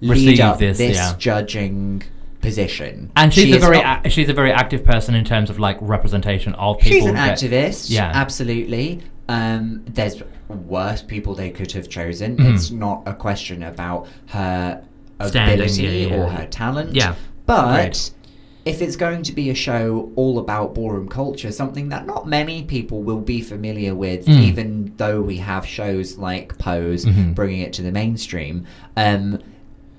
S1: Receive
S2: lead up
S1: this,
S2: this,
S1: yeah.
S2: judging position?
S1: and she's
S2: She
S1: a
S2: is
S1: very
S2: not-
S1: ac she's a very active person in terms of like representation of people.
S2: She's an
S1: that-
S2: activist.
S1: Yeah.
S2: absolutely. Um, there's worse people they could have chosen.
S1: Mhm.
S2: It's not a question about her
S1: Standing,
S2: ability
S1: yeah, yeah,
S2: or
S1: yeah.
S2: her talent.
S1: Yeah.
S2: but.
S1: Right.
S2: If it's going to be a show all about ballroom culture, something that not many people will be familiar with,
S1: Mm.
S2: even though we have shows like Pose
S1: Mhm.
S2: bringing it to the mainstream, um,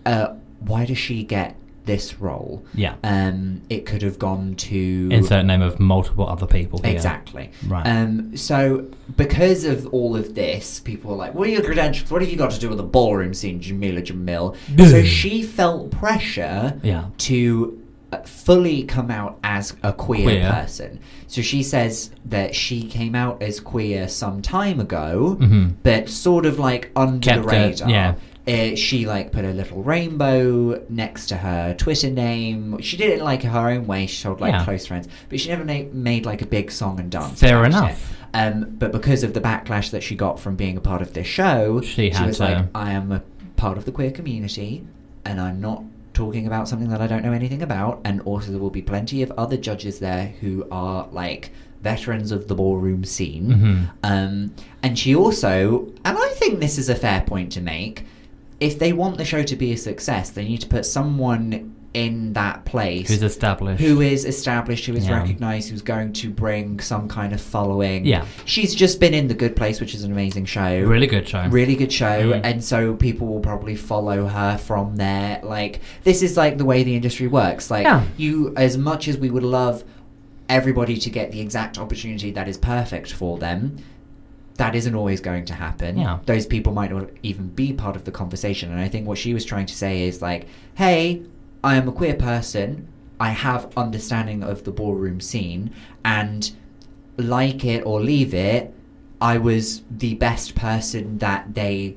S2: uh, why does she get this role?
S1: Yeah.
S2: Um, it could have gone to
S1: Insert name of multiple other people. here.
S2: Exactly.
S1: Right.
S2: Um, so, because of all of this, people were like, "What are your credentials? What have you got to do with the ballroom scene, Jamila Jamil?" so she felt pressure
S1: Yeah.
S2: to uh, fully come out as a queer,
S1: Queer.
S2: person. So she says that she came out as queer some time ago,
S1: Mhm.
S2: but sort of like under
S1: Kept
S2: the
S1: it,
S2: radar.
S1: yeah.
S2: Uh, she like put a little rainbow next to her Twitter name. She did it like her own way. She told like
S1: Yeah.
S2: close friends, but she never na- made like a big song and dance.
S1: Fair
S2: about
S1: enough.
S2: it. Um, but because of the backlash that she got from being a part of this show,
S1: She had
S2: was
S1: to-
S2: like, "I am a part of the queer community, and I'm not talking about something that I don't know anything about." And also, there will be plenty of other judges there who are like veterans of the ballroom scene.
S1: Mhm.
S2: Um, and she also, and I think this is a fair point to make, if they want the show to be a success, they need to put someone in that place
S1: Who's established?
S2: who is established, who is
S1: Yeah.
S2: recognised, who's going to bring some kind of following.
S1: Yeah.
S2: She's just been in The Good Place, which is an amazing show.
S1: really good show.
S2: Really good show,
S1: Mm.
S2: and so people will probably follow her from there. Like this is like the way the industry works. Like
S1: Yeah.
S2: you, as much as we would love everybody to get the exact opportunity that is perfect for them, that isn't always going to happen.
S1: Yeah.
S2: Those people might not even be part of the conversation. And I think what she was trying to say is like, hey, I am a queer person. I have understanding of the ballroom scene and like it or leave it, I was the best person that they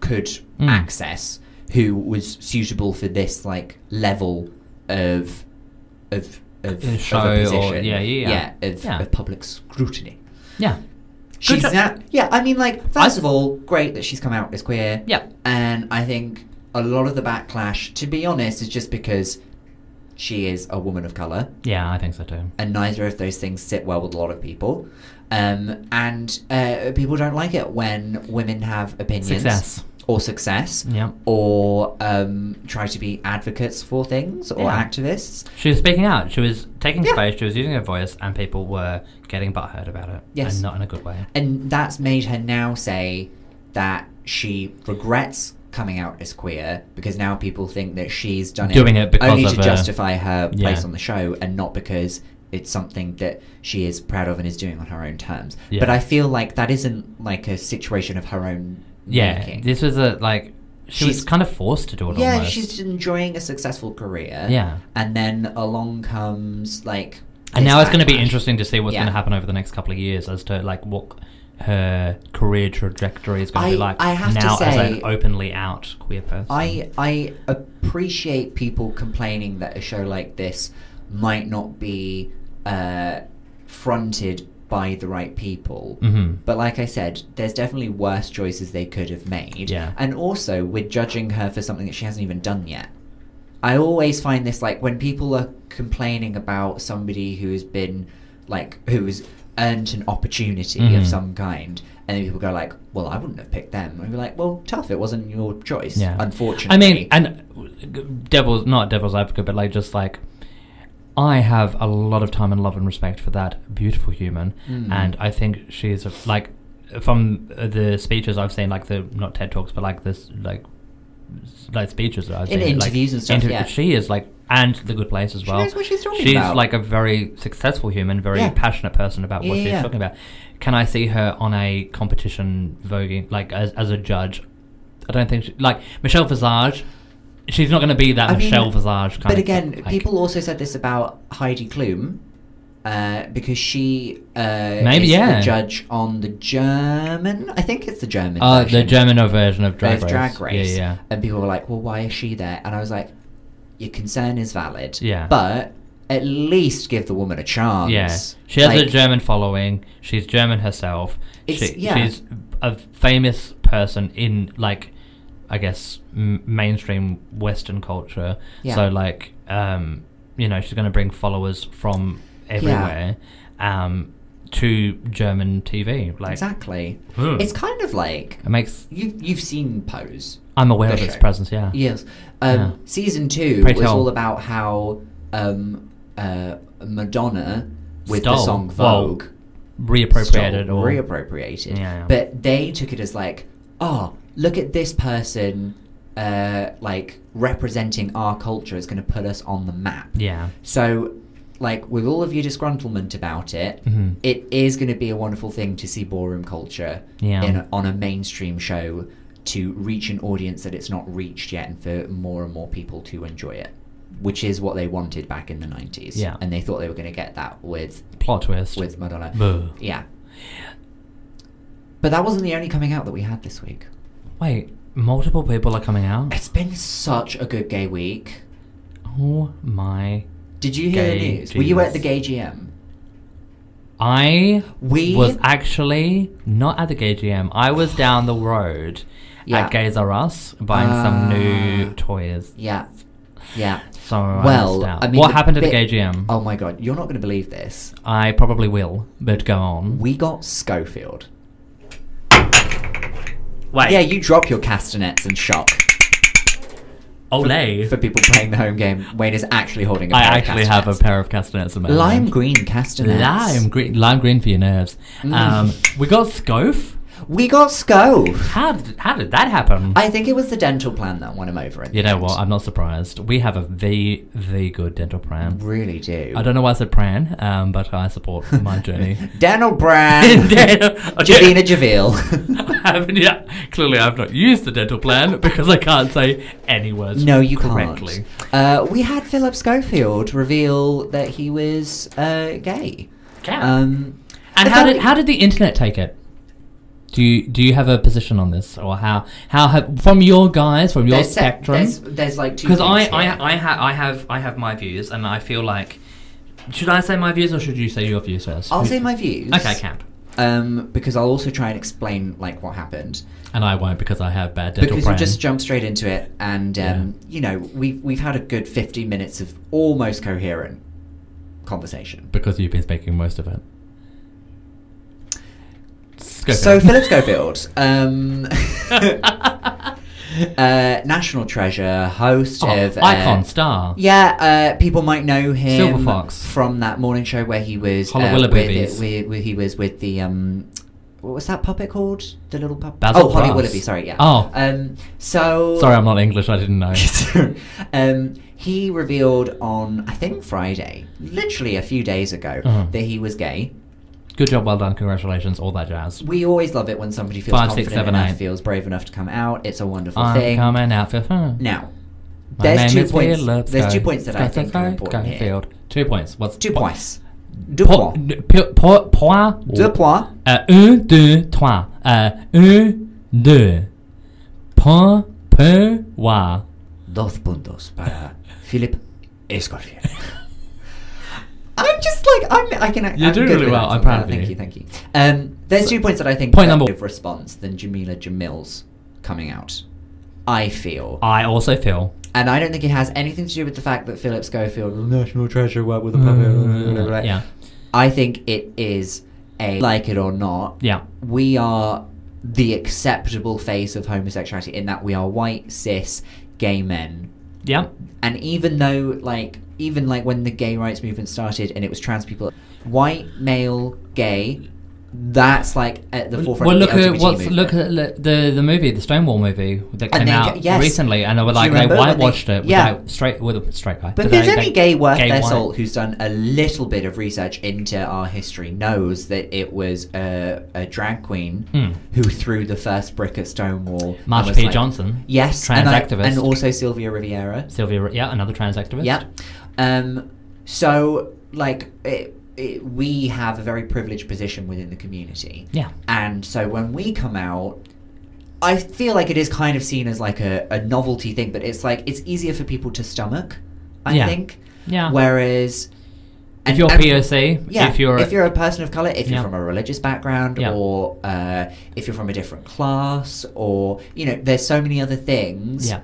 S2: could
S1: Mm.
S2: access who was suitable for this like level of of of,
S1: Uh,
S2: of
S1: show or-
S2: a position.
S1: yeah, yeah, yeah.
S2: of,
S1: Yeah.
S2: of public scrutiny.
S1: Yeah.
S2: She's
S1: job.
S2: not, yeah, I mean, like,
S1: I-
S2: first of all, great that she's come out as queer.
S1: Yeah.
S2: And I think a lot of the backlash, to be honest, is just because she is a woman of colour,
S1: Yeah, I think so too.
S2: and neither of those things sit well with a lot of people. Um, and uh, people don't like it when women have opinions
S1: Success.
S2: or success
S1: Yeah.
S2: or um, try to be advocates for things or
S1: Yeah.
S2: activists.
S1: She was speaking out. She was taking
S2: Yeah.
S1: space. She was using her voice, and people were getting butthurt about it.
S2: Yes.
S1: And not in a good way.
S2: And that's made her now say that she regrets coming out as queer because now people think that she's done
S1: Doing
S2: it,
S1: it because
S2: only
S1: of
S2: to
S1: her-
S2: justify her
S1: Yeah.
S2: place on the show and not because it's something that she is proud of and is doing on her own terms.
S1: Yeah.
S2: But I feel like that isn't like a situation of her own
S1: Yeah.
S2: making.
S1: This was a like. She was
S2: She's-
S1: kind of forced to do it.
S2: yeah,
S1: almost.
S2: she's enjoying a successful career.
S1: Yeah.
S2: And then along comes like
S1: And
S2: this
S1: now it's going to be
S2: backlash.
S1: interesting to see what's
S2: Yeah.
S1: going to happen over the next couple of years as to like what her career trajectory is going to be
S2: I-
S1: like
S2: I have to
S1: now as
S2: say-
S1: an openly out queer person.
S2: I I appreciate people complaining that a show like this might not be uh, fronted by the right people.
S1: hmm
S2: But like I said, there's definitely worse choices they could have made.
S1: Yeah.
S2: And also, we're judging her for something that she hasn't even done yet. I always find this like when people are complaining about somebody who's been like who's earned an opportunity
S1: Mhm.
S2: of some kind, and then people go like, "Well, I wouldn't have picked them." And we're like, "Well, tough. It wasn't your choice,
S1: Yeah.
S2: unfortunately."
S1: I mean, and devil's not devil's advocate, but like just like I have a lot of time and love and respect for that beautiful human,
S2: Mm.
S1: and I think she's a, like from uh, the speeches I've seen, like the not TED talks, but like this, like s- like speeches that I've
S2: In
S1: seen, like,
S2: interviews and stuff, yeah.
S1: She is like, and the Good Place as
S2: She
S1: well.
S2: knows what she's talking about.
S1: like a very successful human, very
S2: Yeah.
S1: passionate person about what
S2: Yeah,
S1: she's
S2: yeah.
S1: talking about. Can I see her on a competition voguing, like as as a judge? I don't think she, like Michelle Visage. She's not going to be that
S2: I mean,
S1: Michelle Visage kind
S2: But
S1: of.
S2: again,
S1: like-
S2: people also said this about Heidi Klum. Uh, because she uh,
S1: Maybe,
S2: is
S1: yeah.
S2: the judge on the German, I think it's the German.
S1: Uh, the
S2: version.
S1: German version of Drag
S2: There's
S1: Race.
S2: drag race.
S1: Yeah, yeah.
S2: And people were like, well, why is she there? And I was like, your concern is valid.
S1: Yeah.
S2: But at least give the woman a chance.
S1: Yeah, she has a
S2: Like,
S1: German following. She's German herself.
S2: It's-
S1: She,
S2: yeah.
S1: She's a famous person in like, I guess, m- mainstream Western culture.
S2: Yeah.
S1: So like, um, you know, she's going to bring followers from everywhere, um, to German TV. Like,
S2: Exactly.
S1: Hmm.
S2: It's kind of like
S1: it makes.
S2: you, you've seen Pose.
S1: I'm aware
S2: the
S1: of its
S2: show.
S1: presence. Yeah.
S2: Yes. Um,
S1: Yeah.
S2: Season two
S1: Pray
S2: was
S1: tell.
S2: all about how um, uh, Madonna with the
S1: Stole.
S2: song
S1: Well,
S2: Vogue.
S1: Reappropriated
S2: stole,
S1: or
S2: reappropriated.
S1: Yeah, yeah.
S2: But they took it as like, oh, look at this person, uh, like representing our culture is going to put us on the map.
S1: Yeah.
S2: So, like with all of your disgruntlement about it,
S1: Mhm.
S2: it is going to be a wonderful thing to see ballroom culture
S1: Yeah.
S2: in a, on a mainstream show to reach an audience that it's not reached yet, and for more and more people to enjoy it. Which is what they wanted back in the nineties,
S1: Yeah.
S2: and they thought they were going to get that with
S1: Plot twist.
S2: with Madonna.
S1: Boo.
S2: Yeah. But that wasn't the only coming out that we had this week.
S1: Wait, multiple people are coming out.
S2: It's been such a good gay week.
S1: Oh my!
S2: Did you hear
S1: Gay
S2: the news? Were you at the
S1: genius.
S2: gay GM?
S1: I
S2: We
S1: was actually not at the gay GM. I was down the road
S2: Yeah.
S1: at Gays R Us buying some new
S2: Ah.
S1: toys.
S2: Yeah. Yeah.
S1: So I
S2: well,
S1: missed out.
S2: I mean,
S1: what
S2: the
S1: happened at the gay
S2: bit-
S1: GM?
S2: Oh my god, you're not going to believe this.
S1: I probably will, but go on.
S2: We got Schofield.
S1: Wait,
S2: Yeah, you drop your castanets and shock.
S1: Olay.
S2: For people playing the home game, Wayne is actually holding a
S1: I
S2: pair of
S1: actually have a
S2: castanets.
S1: pair of castanets in my
S2: Lime
S1: hand.
S2: green castanets.
S1: Lime green, lime green for your nerves.
S2: Mm.
S1: Um, we got scoff.
S2: We got Scove.
S1: How did, how did that happen?
S2: I think it was the dental plan that won him over. in
S1: you
S2: the
S1: know
S2: end.
S1: what? I'm not surprised. We have a v v good dental plan.
S2: really do.
S1: I don't know why I said pran, um, but I support my journey.
S2: Daniel Brand.
S1: Daniel-
S2: Javina Javil.
S1: I haven't- yeah, clearly, I've not used the dental plan because I can't say any words.
S2: no, you
S1: correctly.
S2: can't. Uh, we had Philip Schofield reveal that he was uh, gay.
S1: Yeah.
S2: Um,
S1: and
S2: the
S1: how
S2: fact-
S1: did how did the internet take it? Do you do you have a position on this, or how how have from your guys from your
S2: there's se-
S1: spectrum?
S2: there's, there's like two.
S1: Because I,
S2: things here.
S1: I I ha- I have I have my views, and I feel like should I say my views or should you say your views first?
S2: I'll say my views.
S1: Okay, camp.
S2: Um, because I'll also try and explain like what happened.
S1: And I won't because I have bad dental
S2: Because
S1: plan.
S2: we just jumped straight into it, and um, you know we've we've had a good 15 minutes of almost coherent conversation.
S1: because you've been speaking most of it.
S2: So Philip Schofield, um, uh, national treasure, host
S1: Oh,
S2: of uh,
S1: icon star.
S2: Yeah, uh, people might know him
S1: Silver Fox.
S2: from that morning show where he was
S1: Hollow
S2: uh,
S1: Willoughby Bees.
S2: with, with, with he was with the um, what was that puppet called? The little puppet.
S1: Basil
S2: oh, Holly
S1: Bruss.
S2: Willoughby. Sorry, yeah.
S1: Oh.
S2: um, so
S1: Sorry, I'm not English. I didn't know.
S2: um, he revealed on I think Friday, literally a few days ago,
S1: Uh-huh.
S2: that he was gay.
S1: Good job, well done, congratulations, all that jazz.
S2: We always love it when somebody feels
S1: Five,
S2: confident
S1: six, seven,
S2: enough,
S1: eight.
S2: feels brave enough to come out. It's a wonderful
S1: I'm
S2: thing.
S1: coming out for fun.
S2: Now,
S1: My
S2: there's
S1: name
S2: two
S1: is
S2: points.
S1: Philip
S2: There's two
S1: Sky-
S2: points that
S1: Sky-
S2: I think
S1: Sky-
S2: are important here.
S1: Skyfield. Two points. What's
S2: Two
S1: po-
S2: points. Deux
S1: Po-
S2: points.
S1: n- pi- po- point.
S2: Deux points.
S1: Uh, un, deux, trois. Uh, un, deux. Point, peu, wa.
S2: Dos puntos para Philip Escorfield. I'm just like I'm. I can.
S1: You're
S2: I'm
S1: doing
S2: good
S1: really
S2: with
S1: well.
S2: that
S1: I'm proud
S2: sometimes.
S1: of you.
S2: Thank you. Thank you. Um, there's two points that I think
S1: Point
S2: are
S1: number-
S2: of response than Jamila Jamil's coming out. I feel,
S1: I also feel.
S2: and I don't think it has anything to do with the fact that Philip Schofield was a national treasure worked with a puppet. blah, blah, blah.
S1: Uh, Yeah.
S2: I think it is a like it or not.
S1: Yeah.
S2: we are the acceptable face of homosexuality in that we are white cis gay men
S1: Yeah.
S2: and even though like even like when the gay rights movement started and it was trans people white male gay that's like at the forefront.
S1: well,
S2: of
S1: look
S2: the
S1: at
S2: LGBT
S1: what's
S2: movement.
S1: look at li- the the movie, the Stonewall movie that
S2: And
S1: came
S2: they
S1: out
S2: ju- yes.
S1: recently, and they were
S2: Do you
S1: like they
S2: remember when they-
S1: whitewashed it. With
S2: Yeah.
S1: yeah, straight with a straight guy.
S2: But
S1: They-
S2: there's
S1: they-
S2: any gay worth
S1: gay
S2: their
S1: white.
S2: salt who's done a little bit of research into our history knows that it was a, a drag queen
S1: Mm.
S2: who threw the first brick at Stonewall. and
S1: Marsha
S2: was
S1: P. Johnson,
S2: Yes,
S1: trans
S2: and, I-
S1: activist,
S2: and also Sylvia Riviera.
S1: Sylvia, yeah, another trans activist.
S2: Yeah. Um, so, like, it, it, we have a very privileged position within the community.
S1: yeah.
S2: And so when we come out, I feel like it is kind of seen as like a, a novelty thing, but it's like it's easier for people to stomach, I
S1: Yeah.
S2: think.
S1: Yeah.
S2: Whereas.
S1: If you're POC,
S2: yeah,
S1: if you're,
S2: a person of color, if
S1: Yeah.
S2: you're from a religious background,
S1: Yeah.
S2: or uh, if you're from a different class, or you know, there's so many other things
S1: yeah,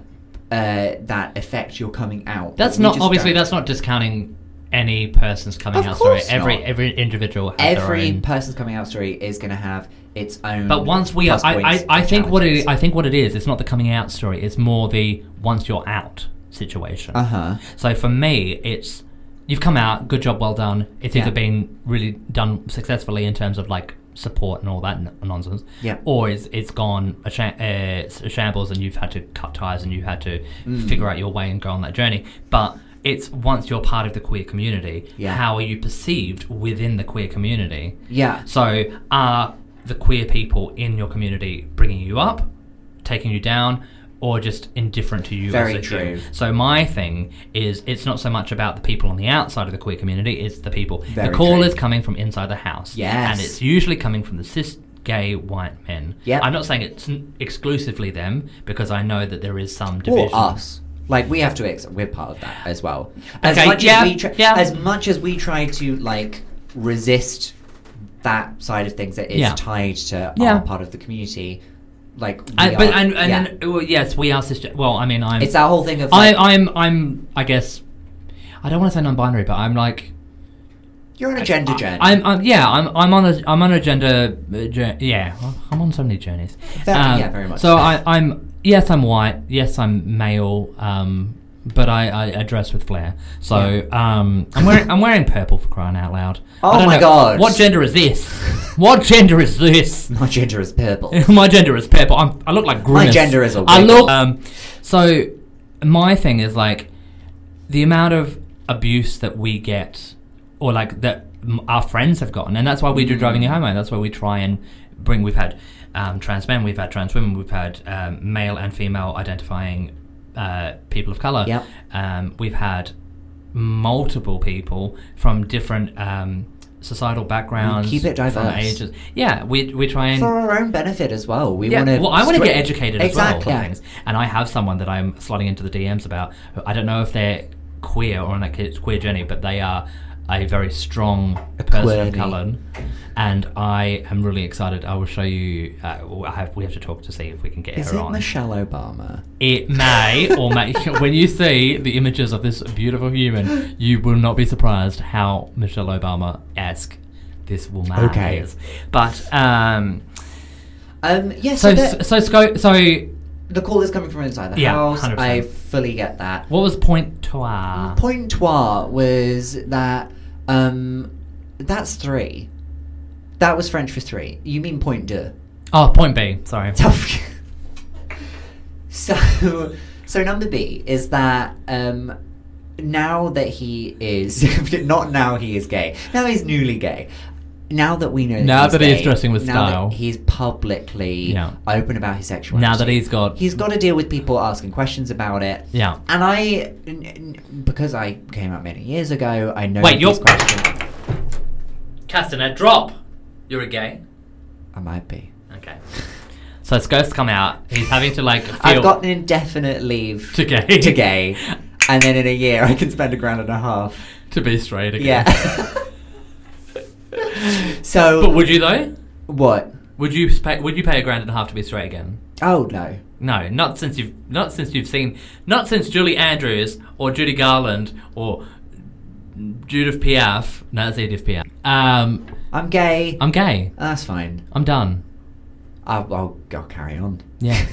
S2: uh, that affect your coming out.
S1: that's
S2: that we
S1: not
S2: just
S1: obviously
S2: don't.
S1: that's not discounting any person's coming
S2: Of
S1: out story.
S2: course
S1: Every
S2: not.
S1: every individual has
S2: every
S1: their own.
S2: person's coming out story is going to have its own.
S1: But once we are,
S2: plus
S1: I,
S2: points
S1: I, I
S2: and
S1: think what
S2: challenges.
S1: it I think what it is, it's not the coming out story. It's more the once you're out situation.
S2: Uh-huh.
S1: So for me, it's you've come out, good job, well done. It's
S2: Yeah.
S1: either been really done successfully in terms of like support and all that n- nonsense,
S2: Yeah.
S1: or it's, it's gone a, sha- uh, it's a shambles and you've had to cut ties and you've had to
S2: Mm.
S1: figure out your way and go on that journey. But it's once you're part of the queer community,
S2: Yeah.
S1: how are you perceived within the queer community?
S2: Yeah.
S1: So, are the queer people in your community bringing you up, taking you down, or just indifferent to you?
S2: Very
S1: as a human?
S2: true.
S1: So, my thing is, it's not so much about the people on the outside of the queer community; it's the people.
S2: Very
S1: the call
S2: true.
S1: is coming from inside the house,
S2: Yes.
S1: and it's usually coming from the cis. Gay white men.
S2: Yep.
S1: I'm not saying it's n- exclusively them because I know that there is some
S2: Or
S1: division.
S2: us. Like we have to accept we're part of that as well. As
S1: Okay,
S2: much
S1: yeah,
S2: as we try,
S1: yeah.
S2: as much as we try to like resist that side of things that is
S1: Yeah.
S2: tied to
S1: Yeah.
S2: our part of the community, like we
S1: And, Uh, but
S2: are-
S1: and, and
S2: yeah.
S1: then, well, yes, we are cis. Well, I mean, I'm.
S2: it's that whole thing of
S1: I,
S2: like,
S1: I'm, I'm, I guess, I don't want to say non-binary, but I'm like,
S2: you're on a gender
S1: I-
S2: journey.
S1: I'm, I'm, yeah, I'm, I'm on a, I'm on a gender, uh, jour- yeah, I'm on so many journeys. Um,
S2: Very- yeah, very much
S1: So
S2: so.
S1: I, I'm, yes, I'm white, yes, I'm male, um, but I, I, I dress with flair. So um, I'm wearing, I'm wearing purple for crying out loud.
S2: Oh
S1: I don't
S2: my
S1: know,
S2: God.
S1: What gender is this? What gender is this?
S2: My gender is purple.
S1: my gender is purple. I'm, I look like grimace.
S2: gender is a
S1: I
S2: wig.
S1: look. Um, so my thing is like the amount of abuse that we get, or like that m- our friends have gotten, and that's why we do driving
S2: Mm.
S1: you homo. That's why we try and bring. We've had um, trans men, we've had trans women, we've had um, male and female identifying uh, people of color.
S2: Yep.
S1: Um, we've had multiple people from different. Um, Societal backgrounds,
S2: keep it
S1: from
S2: diverse.
S1: ages. Yeah, we, we try and
S2: for our own benefit as well. We
S1: yeah,
S2: want to.
S1: well, I want to get educated as
S2: exactly.
S1: well. on Things. And I have someone that I'm sliding into the DMs about. who- I don't know if they're queer or on a ke- queer journey, but they are a very strong person of
S2: Queerly.
S1: colour. And I am really excited. I will show you. Uh, well, I have, we have to talk to see if we can get
S2: Is
S1: her
S2: it
S1: on.
S2: Michelle Obama?
S1: It may or may. when you see the images of this beautiful human, you will not be surprised how Michelle Obama esque this woman
S2: Okay.
S1: is. But um,
S2: Um, yeah, so,
S1: so
S2: the,
S1: so sco- so
S2: the call is coming from inside the
S1: Yeah,
S2: house.
S1: 100%.
S2: I fully get that.
S1: What was point Ah. trois?
S2: Point trois was that um, that's three. That was French for three. You mean point deux?
S1: oh, point B. Sorry.
S2: so, so number B is that um, now that he is not now he is gay. Now he's newly gay. Now that we know,
S1: Now
S2: he's
S1: that he is
S2: gay,
S1: dressing with
S2: now that
S1: style.
S2: he's publicly
S1: Yeah.
S2: open about his sexuality.
S1: now that he's got,
S2: he's got to deal with people asking questions about it.
S1: yeah.
S2: And I, n- n- because I came out many years ago, I know
S1: Wait,
S2: these
S1: you're-
S2: questions.
S1: Castanet, drop. You're a gay.
S2: I might be.
S1: Okay. So Scott's come out. He's having to like feel
S2: I've got an indefinite leave
S1: to gay
S2: to gay, and then in a year I can spend a grand and a half.
S1: to be straight again.
S2: Yeah. so,
S1: but would you though?
S2: what?
S1: Would you s- pay? Would you pay a grand and a half to be straight again?
S2: Oh no.
S1: No, not since you've not since you've seen not since Julie Andrews or Judy Garland or Judith Piaf. No, that's Edith Piaf. Um,
S2: I'm gay.
S1: I'm gay.
S2: That's fine.
S1: I'm done.
S2: I'll, I'll, I'll carry on.
S1: Yeah.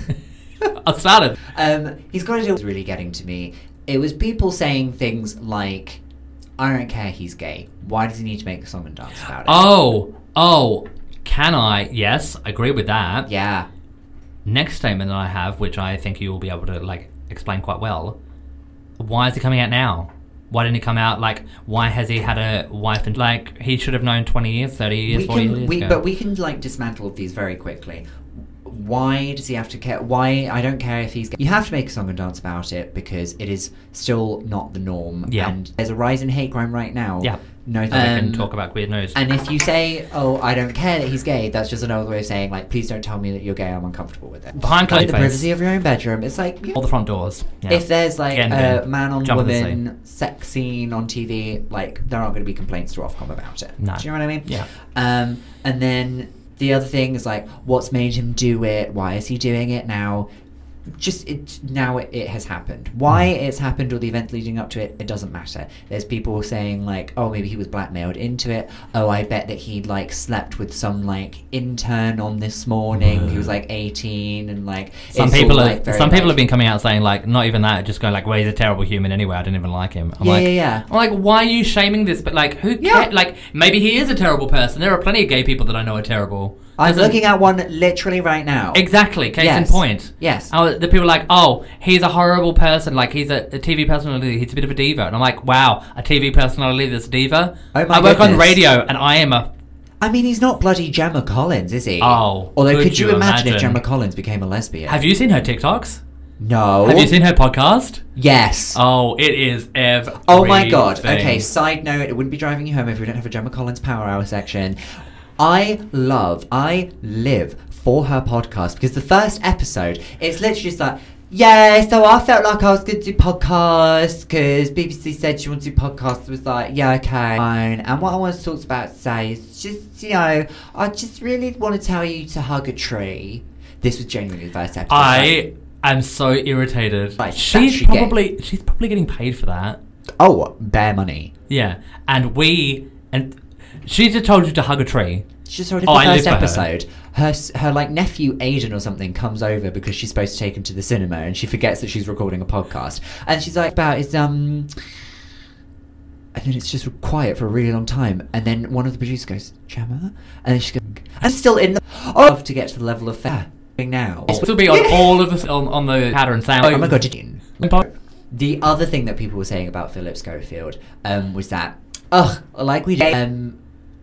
S1: I started.
S2: Um, he's got to do. It was really getting to me. It was people saying things like, "I don't care, he's gay. Why does he need to make a song and dance about it?"
S1: Oh, oh, Can I? Yes, I agree with that.
S2: Yeah.
S1: Next statement that I have, which I think you will be able to like explain quite well. Why is he coming out now? Why didn't he come out? Like, why has he had a wife? And like, he should have known twenty years, thirty years,
S2: we
S1: forty
S2: can,
S1: years
S2: we,
S1: ago.
S2: but we can like dismantle these very quickly. Why does he have to care? Why I don't care if he's. gay. You have to make a song and dance about it because it is still not the norm.
S1: Yeah.
S2: And there's a rise in hate crime right now.
S1: Yeah.
S2: No,
S1: And we can
S2: um,
S1: talk about queer news.
S2: And if you say, "Oh, I don't care that he's gay," that's just another way of saying, like, "Please don't tell me that you're gay. I'm uncomfortable with it."
S1: Behind
S2: Like,
S1: closed
S2: the
S1: doors.
S2: privacy of your own bedroom. It's like yeah.
S1: all the front doors. Yeah.
S2: If there's like
S1: Get in the
S2: a
S1: van.
S2: man on
S1: Jump in the sea.
S2: woman sex scene on TV, like there aren't going to be complaints to Ofcom about it.
S1: No.
S2: Do you know what I mean?
S1: Yeah.
S2: Um, and then the other thing is like, what's made him do it? Why is he doing it now? Just it now it, it has happened. Why
S1: Mm.
S2: it's happened or the event leading up to it, it doesn't matter. There's people saying like, oh, maybe he was blackmailed into it. Oh, I bet that he like slept with some like intern on this morning. He was like 18 and like
S1: Mm. some
S2: it's all,
S1: people are,
S2: like, very,
S1: some people
S2: like-
S1: have been coming out saying like not even that just going like well he's a terrible human anyway I didn't even like him I'm
S2: Yeah,
S1: like
S2: yeah, yeah.
S1: I'm like why are you shaming this but like who
S2: Yeah.
S1: cares like maybe he is a terrible person there are plenty of gay people that I know are terrible
S2: I'm
S1: Doesn't-
S2: looking at one literally right now.
S1: exactly case
S2: Yes.
S1: in point
S2: Yes.
S1: oh, the people are like oh he's a horrible person like he's a, a TV personality he's a bit of a diva and I'm like wow a TV personality that's a diva
S2: Oh my
S1: I work on
S2: goodness.
S1: radio and I am a
S2: I mean, he's not bloody Gemma Collins, is he?
S1: Oh,
S2: Although,
S1: could
S2: could, you
S1: you
S2: imagine,
S1: imagine?
S2: if Gemma Collins became a lesbian?
S1: have you seen her TikToks
S2: No.
S1: have you seen her podcast
S2: Yes.
S1: oh it is ev
S2: oh my god. Okay, side note, it wouldn't be driving you home if we didn't have a Gemma Collins Power Hour section. I love, I live for her podcast because the first episode, it's literally just like, yeah, so I felt like I was going to do podcasts because BBC said she wanted to do podcasts. I was like, yeah, okay. Fine. And what I want to talk about today is just, you know, I just really want to tell you to hug a tree. This was genuinely the first episode.
S1: I am so irritated.
S2: Like,
S1: she's
S2: statuary
S1: probably she's probably getting paid for that.
S2: Oh, bare money.
S1: Yeah, and we and she just told you to hug a tree.
S2: She just heard it
S1: Oh,
S2: the
S1: I live
S2: first
S1: for her.
S2: episode. Her. s her like nephew Aiden or something comes over because she's supposed to take him to the cinema and she forgets that she's recording a podcast and she's like about is um. And then it's just quiet for a really long time. And then one of the producers goes, Gemma? And then she goes, I'm still in the. Oh, to get to the level of fair now.
S1: This will be on all of the on, on the pattern sound.
S2: Oh my god, did
S1: Bo-
S2: the other thing that people were saying about Philip Schofield um, was that, ugh, like we did, um,